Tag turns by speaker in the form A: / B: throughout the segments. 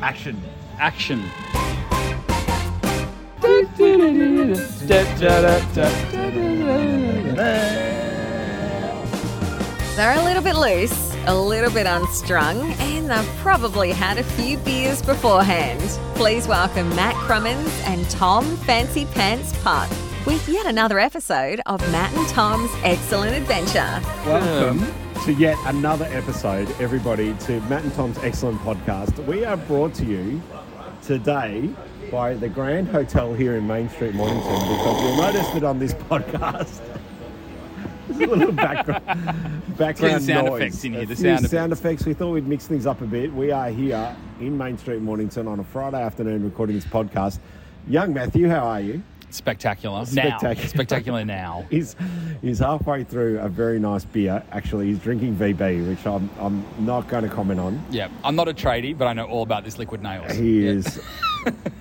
A: Action.
B: Action.
C: They're a little bit loose, a little bit unstrung, and they've probably had a few beers beforehand. Please welcome Matt Crummins and Tom Fancy Pants Putt with yet another episode of Matt and Tom's Excellent Adventure.
D: Welcome to yet another episode, everybody, to Matt and Tom's excellent podcast. We are brought to you today by the Grand Hotel here in Main Street, Mornington, because you'll notice that on this podcast, there's a little background, background
B: sound
D: noise.
B: effects in here,
D: A
B: the
D: few
B: sound
D: effects. We thought we'd mix things up a bit. We are here in Main Street, Mornington, on a Friday afternoon, recording this podcast. Young Matthew, how are you?
B: Spectacular. Now.
D: Spectacular.
B: Spectacular now.
D: He's he's halfway through a very nice beer. Actually, he's drinking VB, which I'm I'm not going to comment on.
B: Yeah. I'm not a tradie, but I know all about this liquid nails.
D: He
B: Yeah.
D: is.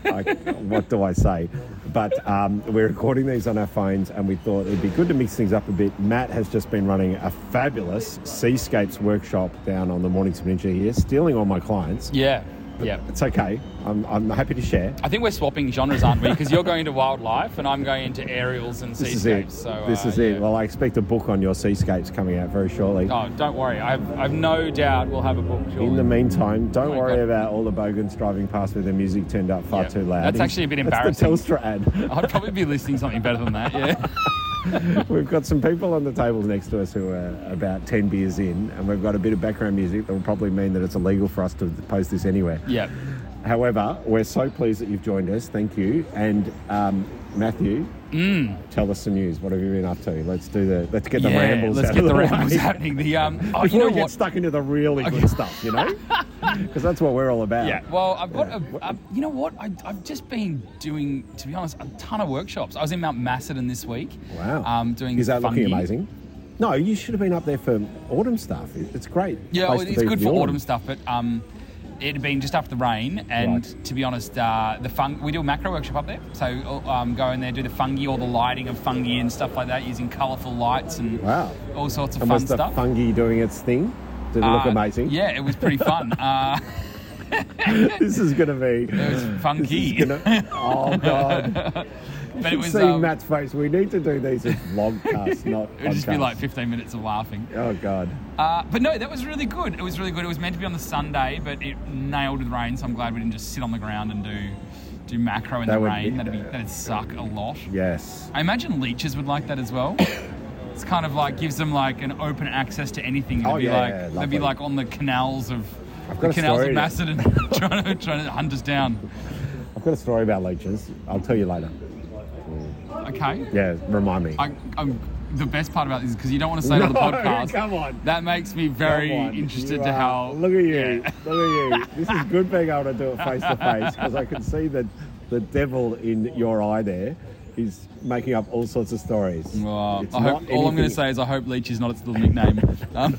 D: I, what do I say? But um, we're recording these on our phones, and we thought it'd be good to mix things up a bit. Matt has just been running a fabulous seascapes workshop down on the Mornington Peninsula here, stealing all my clients.
B: Yeah. Yeah.
D: It's okay. I'm, I'm happy to share.
B: I think we're swapping genres, aren't we? Because you're going into wildlife and I'm going into aerials and
D: This is
B: seascapes.
D: it.
B: So,
D: this
B: uh,
D: is
B: yeah.
D: it. Well, I expect a book on your seascapes coming out very shortly.
B: Oh, don't worry. I've, I've no doubt we'll have a book.
D: In the
B: surely.
D: meantime, don't
B: my
D: worry
B: God.
D: about all the bogans driving past with their music turned up far
B: Yeah.
D: too loud.
B: That's actually a bit
D: That's the Telstra
B: I'd probably be listening something better than that. Yeah.
D: ad. we've got some people on the tables next to us who are about 10 beers in, and we've got a bit of background music that will probably mean that it's illegal for us to post this anywhere.
B: Yeah.
D: However, we're so pleased that you've joined us. Thank you. And um, Matthew, tell us the news. What have you been up to? Let's do the. Let's get the
B: Mm. yeah.
D: rambles.
B: Let's
D: out
B: get
D: of
B: the
D: the way.
B: rambles happening. The um. Oh,
D: Before
B: you know
D: we get
B: what?
D: stuck into the really good stuff, you know, because that's what we're all about.
B: Yeah. Well, I've got a, a. You know what? I, I've just been doing, to be honest, a ton of workshops. I was in Mount Macedon this week.
D: Wow.
B: Um, doing.
D: Is that
B: fungi.
D: looking amazing? No, you should have been up there for autumn stuff. It- It's great.
B: Yeah,
D: place
B: well,
D: to
B: it's
D: be
B: good
D: the
B: for autumn. stuff, but um, it had been just after the rain, and
D: Right.
B: to be honest, uh, the fung- we do a macro workshop up there, so um, go in there, do the fungi, all the lighting of fungi and stuff like that, using colourful lights and
D: Wow.
B: all sorts of
D: And
B: fun
D: was the
B: stuff.
D: fungi doing its thing? Did it look
B: Uh,
D: amazing?
B: Yeah, it was pretty fun. uh,
D: this is going to be.
B: it was funky,
D: Gonna, oh God!
B: but it
D: You
B: was.
D: see
B: um,
D: Matt's face. We need to do these as vlogcasts, not.
B: it would just be
D: podcasts.
B: like 15 minutes of laughing.
D: Oh God!
B: Uh, but no, that was really good. It was really good. It was meant to be on the Sunday, but it nailed with rain, so I'm glad we didn't just sit on the ground and do do macro in
D: That
B: the
D: would
B: rain.
D: be-
B: that'd, be, that'd suck a lot.
D: Yes.
B: I imagine leeches would like that as well. it's kind of like gives them like an open access to anything. They'd
D: Oh,
B: be
D: yeah,
B: like
D: yeah,
B: they'd be
D: lovely.
B: like on the canals of
D: I've got
B: the
D: a
B: canals of
D: story.
B: Macedon trying to trying to hunt us down.
D: I've got a story about leeches. I'll tell you later.
B: Okay.
D: Yeah, remind me.
B: I, I'm the best part about this is because you don't want to say it on the
D: No,
B: podcast.
D: come on.
B: That makes me very
D: Come on,
B: interested
D: you
B: to
D: are-
B: how
D: Look at you.
B: Yeah.
D: Look at you. This is good being able to do it face to face because I can see that the devil in your eye there is making up all sorts of stories.
B: Well,
D: It's
B: I hope, all
D: not
B: I'm going
D: anything-
B: to say is I hope Leech is not its little nickname. Um,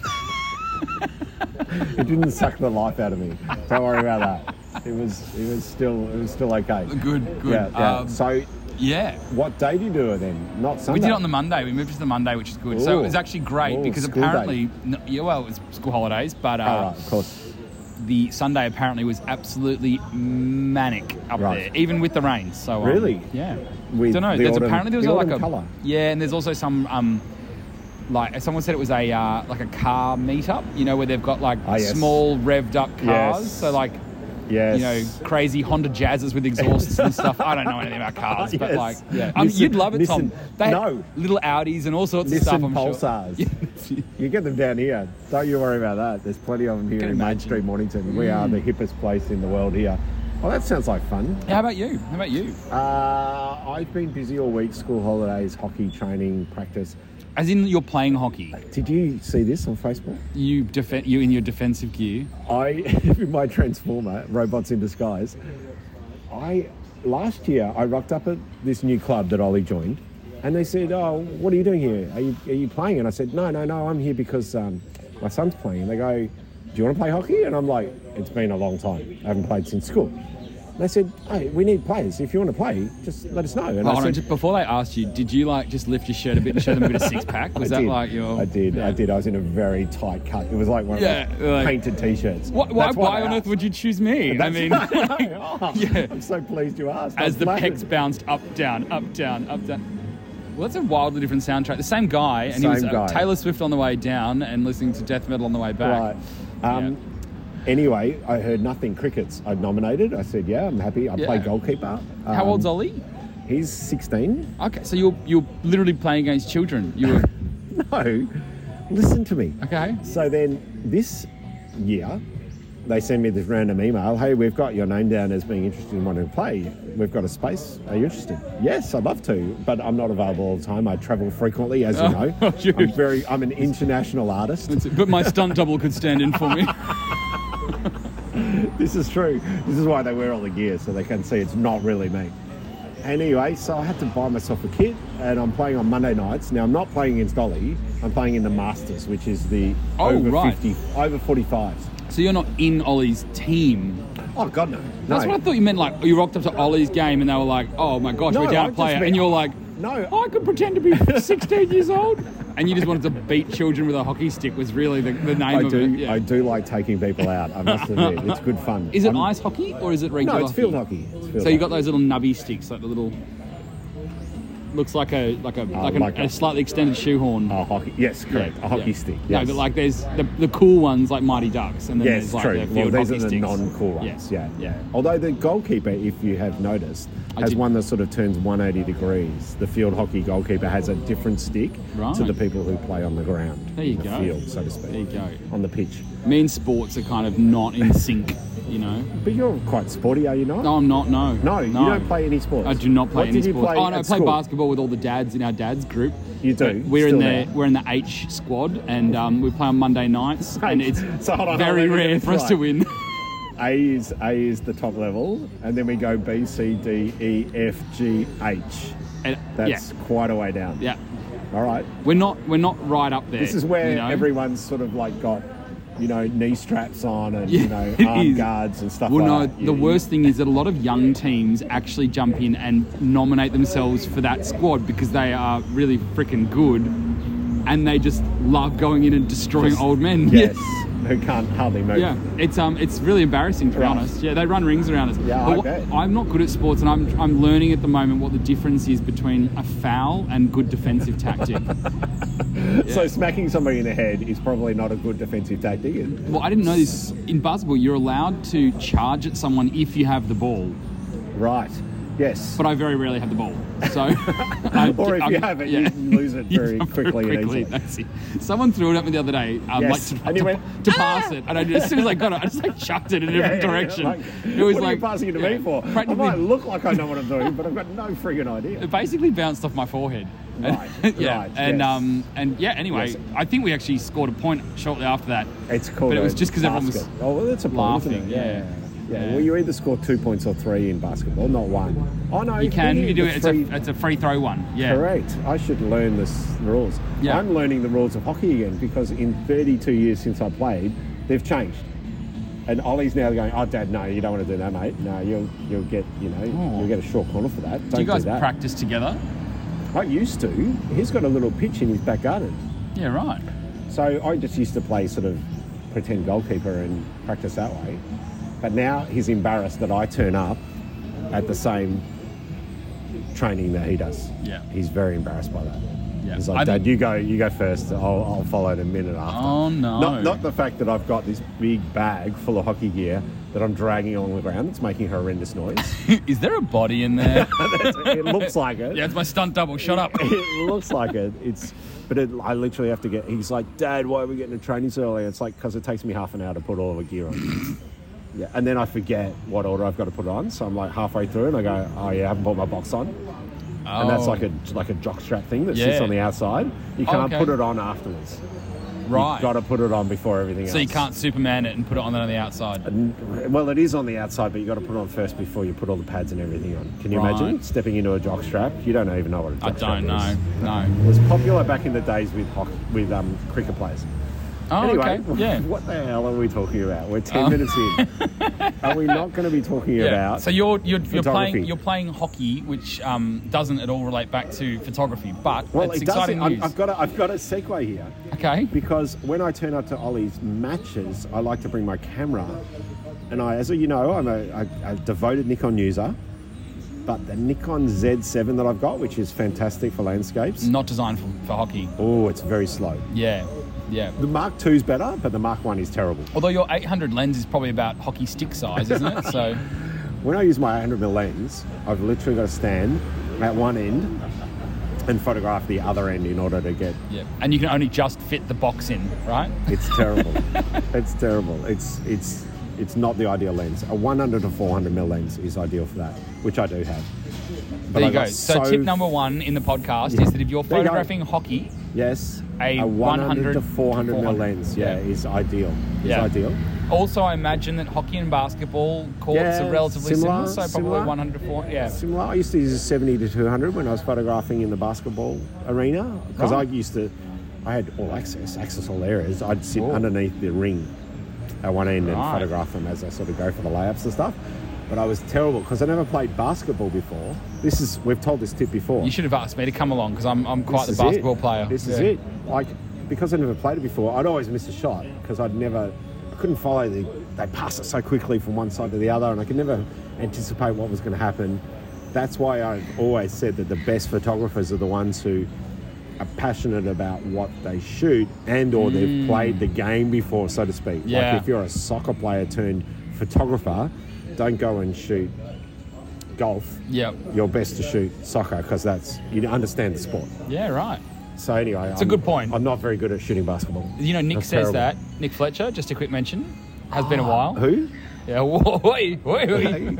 D: it didn't suck the life out of me. Don't worry about that. It was it was still it was still okay.
B: good, good.
D: Yeah, yeah.
B: Um,
D: so
B: yeah.
D: what day do you do it then? Not
B: We
D: Sunday.
B: did it on the Monday. We moved it to the Monday, which is good. So it
D: Ooh.
B: was actually great
D: Ooh,
B: because
D: school day.
B: apparently, no, yeah, well, it's school holidays, but uh,
D: Oh, right, of course.
B: the Sunday apparently was absolutely manic up
D: Right.
B: there, even with the rain. So um,
D: Really?
B: yeah.
D: With
B: Don't know.
D: the
B: There's
D: autumn-
B: apparently there was
D: the
B: like a
D: autumn colour.
B: yeah, and there's also some um, like someone said it was a uh, like a car meetup. You know where they've got like
D: Ah, yes.
B: small revved up cars.
D: Yes.
B: So like
D: Yes.
B: you know, crazy Honda Jazzes with exhausts and stuff. I don't know anything about cars, but
D: Yes.
B: like, yeah. I mean,
D: Nissan-
B: you'd love it, Tom.
D: Nissan-
B: They had
D: no.
B: little Audis and all sorts of
D: Nissan
B: stuff. I'm
D: Pulsars.
B: sure.
D: You get them down here. Don't you worry about that. There's plenty of them here
B: Can
D: in
B: imagine. Mm.
D: Main Street, Mornington. We are the hippest place in the world here. Well, that sounds like fun.
B: How about you? How about you?
D: Uh, I've been busy all week. School holidays, hockey training, practice.
B: As in, you're playing hockey.
D: Did you see this on Facebook?
B: You defend. You in your defensive gear.
D: I, in my transformer, robots in disguise. I last year I rocked up at this new club that Ollie joined, and they said, "Oh, what are you doing here? Are you, are you playing?" And I said, "No, no, no. I'm here because um, my son's playing." And they go, "Do you want to play hockey?" And I'm like, "It's been a long time. I haven't played since school." And they said, hey, we need players. If you want to play, just let us know. And
B: Hold
D: I
B: on,
D: said,
B: just before they asked you, did you like just lift your shirt a bit and show them a bit of six pack? Was
D: I
B: that
D: did.
B: like your?
D: I did.
B: Yeah.
D: I did. I was in a very tight cut. It was like one
B: Yeah,
D: of those
B: like-
D: painted T-shirts.
B: Why, why,
D: That's
B: why
D: they
B: on
D: asked.
B: earth would you choose me? I
D: That's
B: mean,
D: why I know. Oh,
B: yeah.
D: I'm so pleased you asked.
B: as
D: I'm
B: the
D: flattered.
B: pecs bounced up, down, up, down, up, down. Well, that's a wildly different soundtrack. The same guy, and he was
D: Same guy.
B: Uh, Taylor Swift on the way down and listening to death metal on the way back.
D: Right. Um, Anyway, I heard nothing crickets. I nominated. I said, yeah, I'm happy. I
B: Yeah.
D: play goalkeeper.
B: How
D: Um,
B: old's Ollie?
D: He's 16.
B: Okay, so you're you're literally playing against children. You were
D: No, listen to me.
B: okay.
D: So then this year, they send me this random email. Hey, we've got your name down as being interested in wanting to play. We've got a space. Are you interested? Yes, I'd love to, but I'm not available all the time. I travel frequently, as you
B: Oh,
D: know.
B: you-
D: I'm very. I'm an international artist.
B: That's it. But my stunt double could stand in for me.
D: This is true. This is why they wear all the gear so they can see it's not really me. Anyway, so I had to buy myself a kit and I'm playing on Monday nights. Now I'm not playing against Dolly, I'm playing in the Masters, which is the
B: Oh,
D: over
B: right.
D: 50 over 45s.
B: So you're not in Ollie's team.
D: Oh god no. no.
B: That's what I thought you meant. Like you rocked up to Ollie's game and they were like, "Oh my gosh,
D: No,
B: we're down
D: I
B: a player,"
D: just mean-
B: and you're like,
D: No.
B: I could pretend to be 16 years old." And you just wanted to beat children with a hockey stick was really the, the name
D: I
B: of
D: do
B: it. Yeah.
D: I do like taking people out, I must admit. It's good fun.
B: Is it
D: I'm-
B: ice hockey or is it regular?
D: No, it's field hockey. It's field
B: So you got
D: hockey.
B: those little nubby sticks, like the little. Looks like a like a like, an,
D: Oh, like
B: a,
D: a-
B: slightly extended shoehorn.
D: Oh, hockey. Yes, correct.
B: Yeah,
D: A hockey
B: yeah.
D: stick.
B: No,
D: yes.
B: but like there's the, the cool ones like Mighty Ducks, and then
D: Yes,
B: there's like
D: true.
B: the
D: Well,
B: field
D: these
B: hockey
D: are the
B: sticks.
D: non-cool ones. Yeah.
B: yeah.
D: yeah. Although the goalkeeper, if you have noticed,
B: I
D: has
B: did-
D: one that sort of turns 180 degrees. The field hockey goalkeeper has a different stick
B: Right.
D: to the people who play on the ground,
B: There you
D: in the
B: go.
D: field, so to speak.
B: There you go.
D: On the pitch.
B: Me and sports are kind of not in sync, you know.
D: But you're quite sporty, are you not?
B: No, I'm not. No.
D: No, you don't play any sports.
B: I do not play
D: What
B: any
D: did you
B: sports.
D: play
B: oh, no, I
D: at
B: play
D: school?
B: basketball with all the dads in our dad's group.
D: You do?
B: But We're
D: Still
B: in the
D: there?
B: we're in the H squad, and um, we play on Monday nights, and
D: H.
B: it's
D: So hold on,
B: very
D: hold on, let me
B: rare
D: get
B: for us
D: this
B: to
D: right.
B: win.
D: A is A is the top level, and then we go B, C, D, E, F, G, H.
B: And,
D: That's
B: yeah,
D: quite a way down.
B: yeah.
D: All right.
B: We're not we're not right up there.
D: This is where
B: you know?
D: everyone's sort of like got, you know, knee straps on and
B: Yeah,
D: you
B: it
D: know arm
B: is.
D: guards and stuff.
B: Well, no,
D: like that.
B: the
D: You-
B: worst thing is that a lot of young teams actually jump in and nominate themselves for that squad because they are really freaking good and they just love going in and destroying
D: Just-
B: old men.
D: Yes, who can't hardly move.
B: Yeah, it's um, it's really embarrassing to be
D: Right.
B: honest. Yeah, they run rings around us.
D: Yeah,
B: But
D: I
B: what-
D: bet.
B: I'm not good at sports, and I'm I'm learning at the moment what the difference is between a foul and good defensive tactic.
D: So smacking somebody in the head is probably not a good defensive tactic. And
B: well, I didn't know this. In basketball, you're allowed to charge at someone if you have the ball,
D: Right. Yes.
B: but I very rarely have the ball. So, I,
D: or if
B: I'm-
D: you have it,
B: yeah.
D: you can lose it
B: You
D: very
B: jump
D: quickly, and easily.
B: That's it. Someone threw it at me the other day, um,
D: Yes.
B: like to,
D: And you
B: to,
D: went, "Ah!"
B: to pass it, and I just, as soon as I got it, I just like chucked it in a
D: Yeah,
B: different
D: yeah, yeah,
B: direction.
D: like,
B: it was
D: what
B: like
D: are you passing it to
B: yeah,
D: me for? I
B: practically-
D: might look like I know what I'm doing, but I've got no friggin' idea.
B: It basically bounced off my forehead.
D: Right,
B: yeah.
D: right,
B: and
D: yes.
B: um and yeah. Anyway,
D: Yes.
B: I think we actually scored a point shortly after that.
D: It's called.
B: But it
D: a
B: was just because everyone was.
D: basket. Oh, well, that's a point, isn't
B: laughing,
D: it?
B: yeah.
D: yeah.
B: Yeah.
D: Well, you either score two points or three in basketball, not one. Oh no,
B: You can.
D: here,
B: You do
D: the
B: it. It's
D: three-
B: a, it's a free throw one. Yeah.
D: Correct. I should learn this, the rules.
B: Yeah.
D: I'm learning the rules of hockey again because in 32 years since I played, they've changed. And Ollie's now going, oh, Dad, no, you don't want to do that, mate. No, you'll you'll get, you know,
B: Oh.
D: you'll get a short corner for that. Don't
B: Do you guys
D: that.
B: practice together?
D: I used to. He's got a little pitch in his back garden.
B: Yeah. Right.
D: So I just used to play sort of pretend goalkeeper and practice that way. But now he's embarrassed that I turn up at the same training that he does.
B: Yeah.
D: He's very embarrassed by that.
B: Yeah.
D: He's like,
B: I
D: Dad,
B: think-
D: you go, you go first. I'll, I'll follow in a minute after.
B: Oh, no.
D: Not, not the fact that I've got this big bag full of hockey gear that I'm dragging along the ground. It's making horrendous noise.
B: Is there a body in there?
D: it looks like it.
B: yeah. It's my stunt double. Shut up.
D: it looks like it. It's, but it, I literally have to get. He's like, Dad, why are we getting the trainings early? It's like because it takes me half an hour to put all the gear on. yeah, and then I forget what order I've got to put it on, so I'm like halfway through, and I go, Oh yeah, I haven't put my box on, and that's
B: Oh,
D: like a like a jock strap thing that sits
B: Yeah.
D: on the outside. You
B: Oh,
D: can't
B: okay.
D: put it on afterwards.
B: Oh, right.
D: You've got to put it on before everything
B: so you
D: else.
B: can't Superman it and put it on on the outside.
D: N- Well, it is on the outside, but you got to put it on first before you put all the pads and everything on. Can you
B: Right.
D: imagine stepping into a jock strap? You don't even know what a
B: I
D: jock strap
B: don't
D: is.
B: know. No.
D: was popular back in the days with hockey, with um, cricket players.
B: Oh,
D: anyway,
B: okay. Yeah.
D: what the hell are we talking about? We're ten
B: Oh.
D: minutes in. Are we not going to be talking about?
B: So you're you're, you're playing
D: photography.
B: you're playing hockey, which um, doesn't at all relate back to photography, but
D: well,
B: it's
D: it
B: exciting
D: doesn't. I've,
B: news.
D: I've got a, I've got a segue here
B: okay.
D: because when I turn up to Ollie's matches, I like to bring my camera, and I, as you know, I'm a, a, a devoted Nikon user. But the Nikon Z7 that I've got, which is fantastic for landscapes,
B: Not designed for, for hockey.
D: oh, it's very slow.
B: Yeah. Yeah.
D: The Mark II's better, but the Mark One is terrible.
B: Although your 800 lens is probably about hockey stick size, isn't it? So
D: When I use my 100 mm lens, I've literally got to stand at one end and photograph the other end in order to get.
B: yeah, and you can only just fit the box in, right?
D: It's terrible. it's terrible. It's it's it's not the ideal lens. A 100 to 400 mm lens is ideal for that, which I do have. But
B: there
D: I
B: you go.
D: got
B: So, tip number one in the podcast is that if you're
D: There you go.
B: photographing hockey,
D: Yes,
B: A
D: a, 100
B: 100
D: to 400 mm lens. Yeah,
B: Yeah.
D: is ideal. Is
B: Yeah.
D: ideal.
B: also I imagine that hockey and basketball courts
D: Yeah,
B: are relatively similar,
D: similar,
B: so probably
D: similar.
B: 104. Yeah.
D: Similar. I used to use a 70 to 200 when I was photographing in the basketball arena because
B: Right.
D: I used to, I had all access, access all areas. I'd sit
B: Cool.
D: underneath the ring at one end and
B: Right.
D: photograph them as I sort of go for the layups and stuff. But I was terrible because I never played basketball before. This is, we've told this tip before.
B: You should have asked me to come along because I'm, I'm
D: This
B: quite
D: is
B: the basketball
D: it.
B: player.
D: This is
B: Yeah.
D: it. Like, because I never played it before, I'd always miss a shot because I'd never, I couldn't follow the, they pass it so quickly from one side to the other and I could never anticipate what was going to happen. That's why I've always said that the best photographers are the ones who are passionate about what they shoot and or they've played the game before, so to speak.
B: Mm. Yeah.
D: Like if you're a soccer player turned photographer, don't go and shoot golf.
B: Yep.
D: You're best to shoot soccer because that's, you understand the sport.
B: Yeah, right.
D: So anyway, it's
B: a good point.
D: I'm not very good at shooting basketball.
B: You know, Nick
D: That's
B: says
D: terrible.
B: that. Nick Fletcher, just a quick mention, has been a while.
D: Who?
B: Yeah. whoa, whoa, whoa.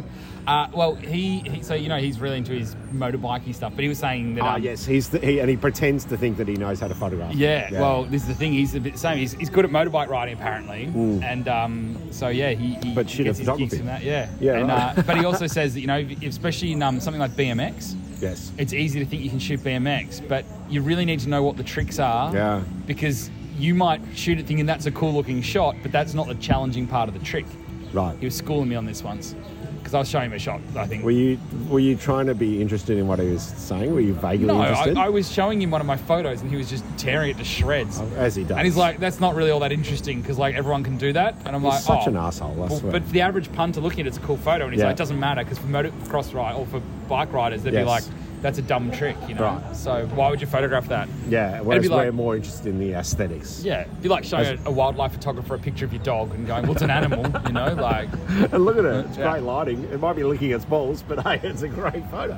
B: Uh, well, he, he, so you know, he's really into his motorbikey stuff, but he was saying that.
D: Ah,
B: um,
D: yes, he's the, he, and he pretends to think that he knows how to photograph.
B: Yeah, well, this is the thing. He's a bit the same. He's, he's good at motorbike riding, apparently, and um, so yeah, he, he
D: But shit
B: gets
D: at
B: his gigs
D: photography.
B: from that. Yeah,
D: Yeah,
B: And,
D: right.
B: uh, but he also says that you know, if- especially in um, something like BMX,
D: yes,
B: it's easy to think you can shoot BMX, but you really need to know what the tricks are.
D: Yeah.
B: Because you might shoot it thinking that's a cool looking shot, but that's not the challenging part of the trick. He
D: right.
B: was schooling me on this once because I was showing him a shot. I think.
D: Were you were you trying to be interested in what he was saying? Were you vaguely
B: no, I,
D: interested?
B: I was showing him one of my photos, and he was just tearing it to shreds.
D: Oh, As he does.
B: And he's like, "That's not really all that interesting because like everyone can do that." And I'm
D: He's
B: like,
D: such
B: "Oh,
D: an asshole." I
B: well,
D: swear.
B: But for the average punter looking at it, it's a cool photo, and he's
D: Yeah.
B: like, "It doesn't matter because for motocross ride or for bike riders, they'd be
D: Yes.
B: like." That's a dumb trick, you know.
D: Right.
B: So why would you photograph that?
D: yeah,
B: It'd
D: whereas
B: be like-
D: we're more interested in the aesthetics.
B: Yeah, it'd be like showing
D: As-
B: a, a wildlife photographer a picture of your dog and going, "What's an animal?" You know, like
D: And look at it. It's
B: Yeah.
D: great lighting. It might be licking its balls, but hey, it's a great photo.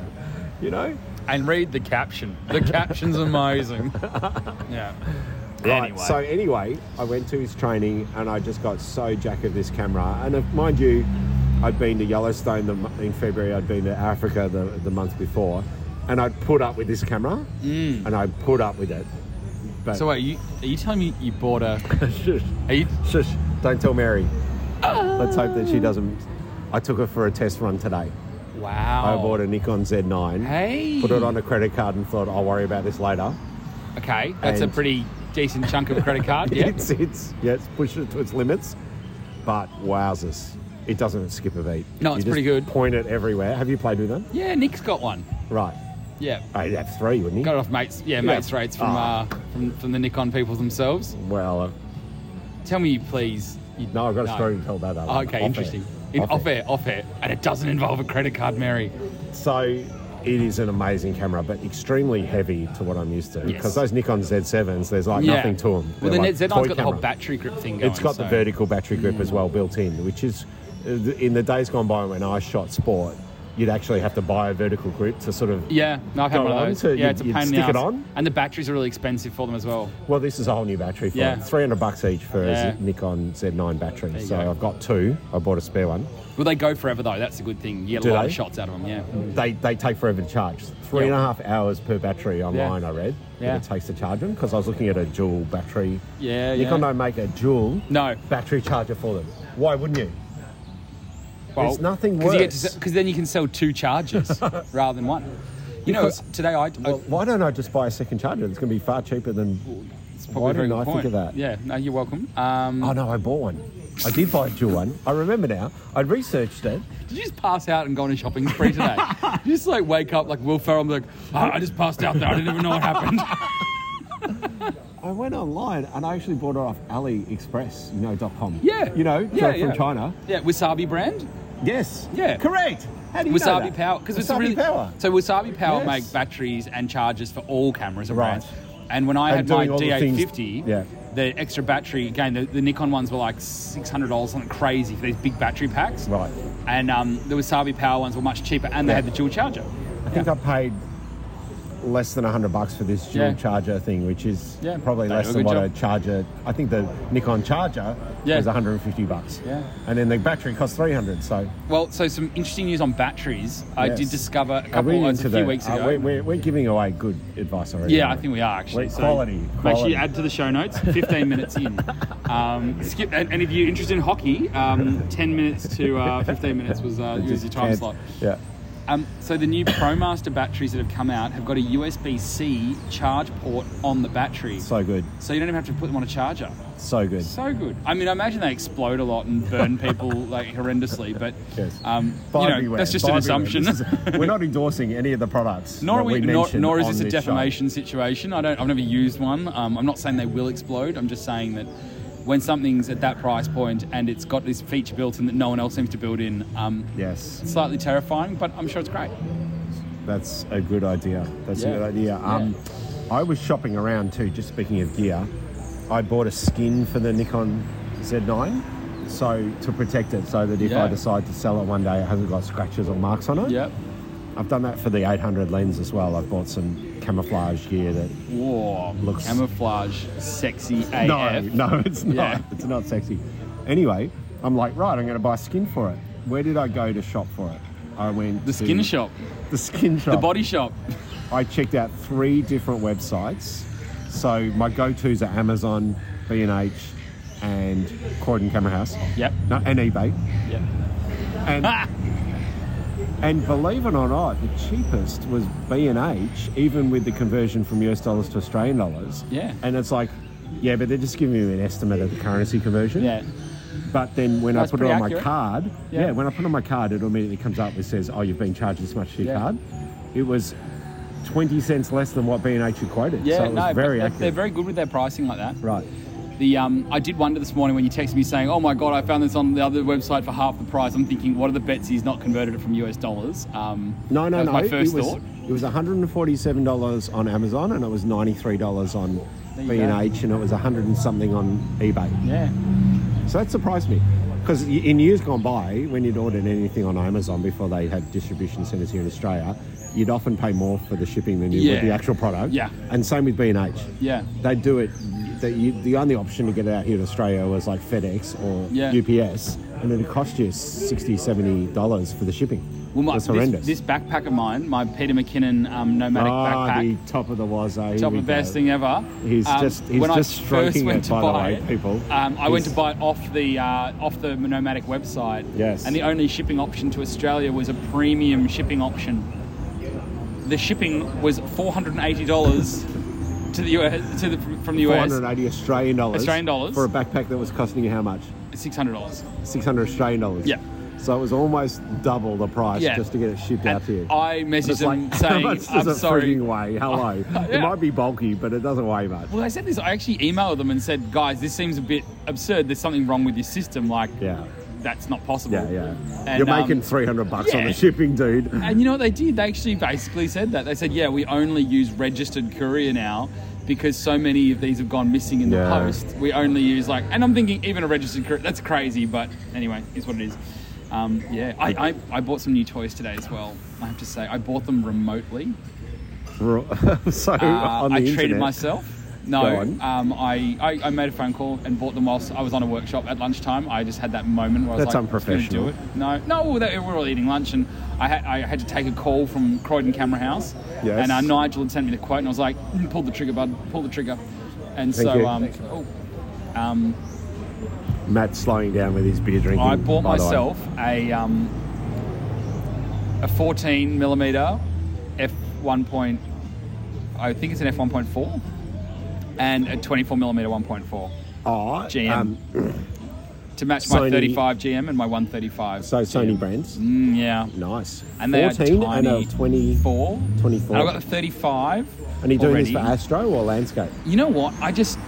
D: You know.
B: and read the caption. The caption's amazing. Yeah.
D: Right, So anyway, I went to his training and I just got so jack of this camera. And if, mind you, I'd been to Yellowstone the, mo- in February. I'd been to Africa the, the month before, and I'd put up with this camera, and I put up with it. But
B: So wait, you, are you telling me you bought a?
D: shush,
B: Are you,
D: shush, Ah. don't tell Mary. Let's hope that she doesn't. I took her for a test run today. I
B: wow.
D: bought a Nikon Z9.
B: Hey.
D: Put it on a credit card and thought I'll worry about this later.
B: Okay, that's a
D: and-
B: pretty decent chunk of a credit card. Yeah.
D: It's it's yeah, it's pushed it to its limits, but wowzers, it doesn't skip a beat.
B: No,
D: You
B: it's
D: just
B: pretty good.
D: Point it everywhere. Have you played with them?
B: yeah, Nick's got one.
D: Right.
B: Yeah.
D: I'd have three, wouldn't you?
B: Got it off mates. Yeah, mates rates from,
D: Ah.
B: uh, from from the Nikon people themselves.
D: Well, uh,
B: Tell me, you please. You,
D: no, I've got a story to tell about that.
B: Oh,
D: one.
B: okay,
D: Off air.
B: interesting. In off, air. off air, and it doesn't involve a credit card, Mary.
D: So it is an amazing camera, but extremely heavy to what I'm used to.
B: Yes.
D: Because those Nikon Z7s, there's like nothing to them.
B: Well, the
D: like
B: Net Z9's got
D: toy
B: the whole
D: camera.
B: battery grip thing going.
D: It's got the
B: so-
D: vertical battery grip as well built in, which is uh, th- in the days gone by when I shot sport, you'd actually have to buy a vertical grip to sort of.
B: Yeah, no, I've had
D: Go
B: one of
D: on
B: those.
D: to-
B: yeah,
D: you-
B: it's a
D: you'd
B: pain in the
D: stick it
B: ass.
D: on?
B: And the batteries are really expensive for them as well.
D: Well, this is a whole new battery for
B: Yeah.
D: it. 300 bucks each for
B: Yeah.
D: a Nikon Z9 battery.
B: you
D: So
B: go.
D: I've got two. I bought a spare one.
B: Well, they go forever though. That's a good thing. You get a
D: Do
B: lot
D: they?
B: of shots out of them. Yeah.
D: They, they take forever to charge. Three and a
B: Yeah.
D: half hours per battery online, I read. that
B: Yeah.
D: It takes to charge them because I was looking at a dual battery.
B: Yeah,
D: Nikon
B: yeah.
D: don't make a dual
B: No.
D: battery charger for them. Why wouldn't you? There's nothing worse.
B: Because then you can sell two chargers rather than one. You
D: Because-
B: know, today I, I
D: Well, why don't I just buy a second charger? It's going to be far cheaper than
B: It's probably
D: Why
B: a very
D: didn't
B: good
D: I think
B: point.
D: of that?
B: Yeah, no, you're welcome. Um,
D: Oh no, I bought one. I did buy a dual one. I remember now. I researched it.
B: Did you just pass out and go on a shopping spree today? Did you just like wake up like Will Ferrell and be like, "Ah, I just passed out there. I didn't even know what happened.
D: I went online and I actually bought it off AliExpress, you know, dot com.
B: Yeah.
D: You know,
B: Yeah,
D: so from
B: yeah.
D: China.
B: yeah, wasabi brand.
D: Yes.
B: Yeah.
D: Correct. How do you know
B: Wasabi
D: that?
B: Power because it's
D: Wasabi
B: really
D: power.
B: So Wasabi Power
D: Yes.
B: make batteries and chargers for all cameras and brands.
D: Right.
B: And when I
D: And
B: had my
D: doing all the
B: D850,
D: things- yeah.
B: the extra battery again, the, the Nikon ones were like six hundred dollars, something crazy for these big battery packs.
D: Right.
B: And um, the Wasabi Power ones were much cheaper, and they
D: Yeah.
B: had the dual charger.
D: I think I paid less than 100 bucks for this dual
B: Yeah.
D: charger thing, which is
B: Yeah.
D: probably
B: They
D: less
B: do a
D: than
B: good
D: what
B: job.
D: a charger. I think the Nikon charger
B: Yeah.
D: was 150 bucks.
B: Yeah.
D: And then the battery cost 300. So
B: Well, so some interesting news on batteries. I
D: Yes.
B: did discover a
D: Are we
B: couple uh, it's
D: into
B: a few
D: that?
B: weeks
D: Uh,
B: ago.
D: we- we're, we're giving away good advice already.
B: Yeah, I
D: aren't we?
B: think we are actually.
D: Wait, quality,
B: Make sure
D: quality.
B: you add to the show notes. Fifteen minutes in. Um, skip, and, and if you're interested in hockey, um, ten minutes to uh, fifteen minutes was uh, was your time
D: And-
B: slot.
D: Yeah.
B: Um, so the new ProMaster batteries that have come out have got a USB-C charge port on the battery, so,
D: So good.
B: you don't even have to put them on a charger.
D: So good.
B: So good. I mean, I imagine they explode a lot and burn people like horrendously, but
D: Yes.
B: um,
D: Buy
B: you know,
D: beware,
B: that's just
D: buy
B: an
D: beware.
B: assumption.
D: This is- we're not endorsing any of the products.
B: Nor,
D: that
B: are we,
D: we
B: nor,
D: mentioned
B: nor is
D: on
B: this a
D: show.
B: defamation situation. I don't. I've never used one. Um, I'm not saying they will explode. I'm just saying that when something's at that price point and it's got this feature built in that no one else seems to build in, um,
D: Yes.
B: it's slightly terrifying, but I'm sure it's great.
D: That's a good idea. That's
B: Yeah.
D: a good idea. Um, I was shopping around too, just speaking of gear. I bought a skin for the Nikon Z9 so to protect it so that if I
B: Yeah.
D: decide to sell it one day, it hasn't got scratches or marks on it.
B: Yep.
D: I've done that for the 800 lens as well. I've bought some camouflage gear that.
B: Whoa.
D: Looks-
B: Camouflage, sexy AF.
D: No, no, it's not.
B: Yeah.
D: It's not sexy. Anyway, I'm like, right, I'm going to buy skin for it. Where did I go to shop for it? I went
B: The
D: to-
B: skin shop,
D: The skin shop.
B: the body shop.
D: I checked out three different websites. So my go-tos are Amazon, B&H, and Croydon Camera House.
B: Yep.
D: No, and eBay.
B: Yep.
D: And, and believe it or not, the cheapest was B&H, even with the conversion from US dollars to Australian dollars.
B: Yeah.
D: And it's like, yeah, but they're just giving you an estimate of the currency conversion.
B: Yeah.
D: But then when
B: That's
D: I put it on
B: pretty accurate.
D: my card, yeah.
B: Yeah.
D: when I put it on my card, it immediately comes up and says, "Oh, you've been charged this much to your
B: Yeah.
D: card." It was twenty cents less than what B&H had quoted.
B: Yeah.
D: so it was
B: no. but
D: very
B: they're-
D: accurate.
B: they're very good with their pricing like that.
D: right.
B: The um, I did wonder this morning when you texted me saying, "Oh my god, I found this on the other website for half the price." I'm thinking, what are the bets he's not converted it from US dollars? Um,
D: No,
B: that
D: no,
B: was
D: no.
B: My first
D: oh it was
B: thought.
D: it was one hundred and forty-seven dollars on Amazon, and it was ninety-three dollars on
B: There
D: B&H,
B: you go.
D: and it was a hundred and something on eBay.
B: Yeah.
D: So that surprised me. Because in years gone by, when you'd ordered anything on Amazon before they had distribution centres here in Australia, you'd often pay more for the shipping than you would
B: Yeah.
D: the actual product.
B: Yeah.
D: And same with B&H.
B: Yeah.
D: They do it. The, you, the only option to get it out here in Australia was like FedEx or
B: Yeah.
D: UPS, and it cost you 60 dollars for the shipping.
B: Well, my,
D: That's
B: this,
D: horrendous.
B: this backpack of mine, my Peter McKinnon um, nomadic
D: ah,
B: backpack,
D: the top of the was. eh? Here
B: top
D: we
B: of the best
D: go.
B: thing ever. Um,
D: He's just- he's
B: when I
D: just stroking
B: first went
D: it,
B: to
D: by the
B: buy
D: way,
B: it,
D: people.
B: Um, I went to
D: He's-
B: buy it off the uh, off the nomadic website.
D: Yes.
B: And the only shipping option to Australia was a premium shipping option. The shipping was four hundred and eighty dollars to the US to the from the US.
D: 480 Australian dollars.
B: Australian dollars.
D: For a backpack that was costing you how much?
B: Six hundred dollars.
D: 600 Australian dollars.
B: Yeah.
D: So it was almost double the price
B: Yeah.
D: just to get it shipped out to you.
B: I
D: And
B: messaged
D: it's
B: them
D: like, how
B: saying,
D: much does
B: "I'm
D: it
B: sorry."
D: frigging weigh? Hello. It
B: Yeah.
D: might be bulky, but it doesn't weigh much.
B: Well, I said this. I actually emailed them and said, "Guys, this seems a bit absurd. There's something wrong with your system. Like,
D: Yeah.
B: that's not possible."
D: Yeah, yeah.
B: And,
D: You're
B: um,
D: making 300 bucks on
B: yeah.
D: the shipping, dude.
B: And you know what they did? They actually basically said that. They said, yeah, we only use registered courier now because so many of these have gone missing in
D: Yeah.
B: the post. We only use like, and I'm thinking even a registered courier, that's crazy, but anyway, it's what it is. Um, yeah, I, I, I bought some new toys today as well. I have to say, I bought them remotely.
D: so
B: Uh,
D: on the
B: I
D: internet,
B: treated myself.
D: Go
B: No,
D: on.
B: um, I, I, I made a phone call and bought them whilst I was on a workshop at lunchtime. I just had that moment where I was
D: That's
B: like, I'm just gonna
D: unprofessional.
B: Do it. No, no, well, they, we were all eating lunch, and I had, I had to take a call from Croydon Camera House,
D: Yes.
B: and uh, Nigel had sent me the quote, and I was like, "Mm, pull the trigger, bud, pull the trigger, and
D: Thank
B: so
D: you.
B: um, oh, um,
D: Matt's slowing down with his beer drinking.
B: I bought
D: by the way.
B: myself a um, a 14 millimeter f1. Point, I think it's an f1.4 and a 24 millimeter 1.4
D: Oh,
B: GM.
D: um,
B: to match my
D: Sony-
B: 35 GM and my 135.
D: so Sony
B: GM.
D: brands.
B: Mm, yeah.
D: Nice.
B: And they
D: 14
B: are
D: and
B: tiny.
D: a 20.
B: 4.
D: 24.
B: And I've got the 35.
D: And you doing
B: already.
D: this for Astro or Landscape?
B: You know what? I just,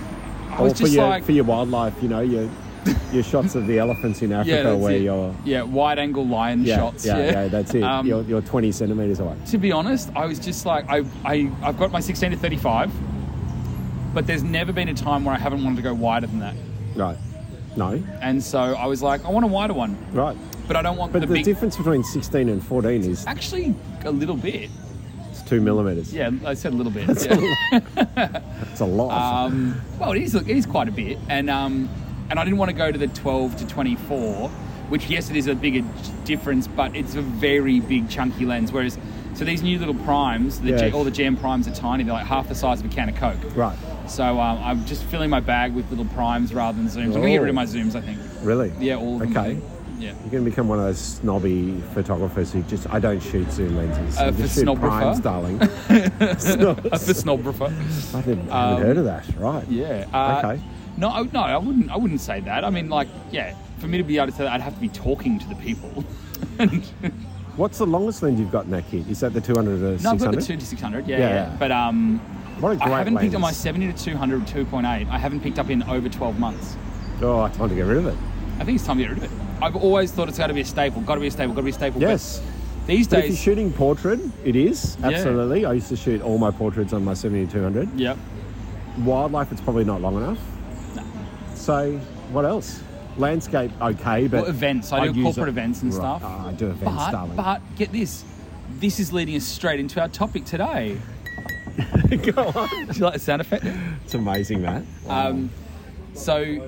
B: I
D: Or
B: was
D: for
B: just
D: your,
B: like,
D: for your wildlife, you know, your, your shots of the elephants in Africa
B: yeah, that's
D: where
B: it.
D: you're.
B: yeah, wide angle lion
D: Yeah,
B: shots.
D: yeah,
B: Yeah,
D: that's it.
B: Um,
D: you're, you're 20 centimeters away.
B: to be honest, I was just like, I, I, I've got my 16 to 35, but there's never been a time where I haven't wanted to go wider than that.
D: Right. No.
B: And so I was like, I want a wider one,
D: Right.
B: but I don't want
D: But
B: the,
D: the
B: big.
D: difference between 16 and 14 is
B: actually, a little bit.
D: it's two millimeters.
B: Yeah, I said a little bit. Yeah.
D: It's a lot.
B: Um, well, it is. Look, it is quite a bit, and um, and I didn't want to go to the 12 to 24, which yes, it is a bigger difference, but it's a very big chunky lens. Whereas, so these new little primes, the
D: Yeah.
B: G, all the jam primes are tiny. They're like half the size of a can of Coke.
D: right.
B: So um, I'm just filling my bag with little primes rather than zooms. I'm gonna get rid of my zooms, I think.
D: Really?
B: Yeah, all of them. I
D: Oh. Okay.
B: think. Yeah.
D: You're going to become one of those snobby photographers who just, I don't shoot zoom lenses.
B: Uh,
D: I
B: for
D: just shoot
B: snobgrapher?
D: primes, darling. Snob-
B: A snobgrapher.
D: I didn't, I
B: Um,
D: haven't heard of that. Right.
B: Yeah. Uh,
D: Okay.
B: No, I- no, I wouldn't. I wouldn't say that. I mean, like, yeah, for me to be able to say that, I'd have to be talking to the people.
D: What's the longest lens you've got in that kit? Is that the 200 or
B: No, I've
D: 600?
B: got the 2 to 600, yeah.
D: Yeah,
B: yeah.
D: yeah.
B: But um,
D: What a great
B: I haven't picked up my
D: lens.
B: 70 to 200 2.8. I haven't picked up in over 12 months.
D: Oh, I time to get rid of it.
B: I think it's time to get rid of it. I've always thought it's got to be a staple, got to be a staple, got to be a staple. but
D: Yes.
B: these
D: But if you're
B: days,
D: shooting portrait, it is
B: Yeah.
D: absolutely. I used to shoot all my portraits on my 7200.
B: yep.
D: Wildlife, it's probably not long enough.
B: No.
D: So, what else? Landscape, okay, but
B: Well, events. I do
D: use
B: corporate
D: it-
B: events and
D: Right.
B: stuff.
D: Ah, I do events,
B: But,
D: darling.
B: but get this. This is leading us straight into our topic today.
D: Go on.
B: Do you like the sound effect?
D: It's amazing that.
B: Um, so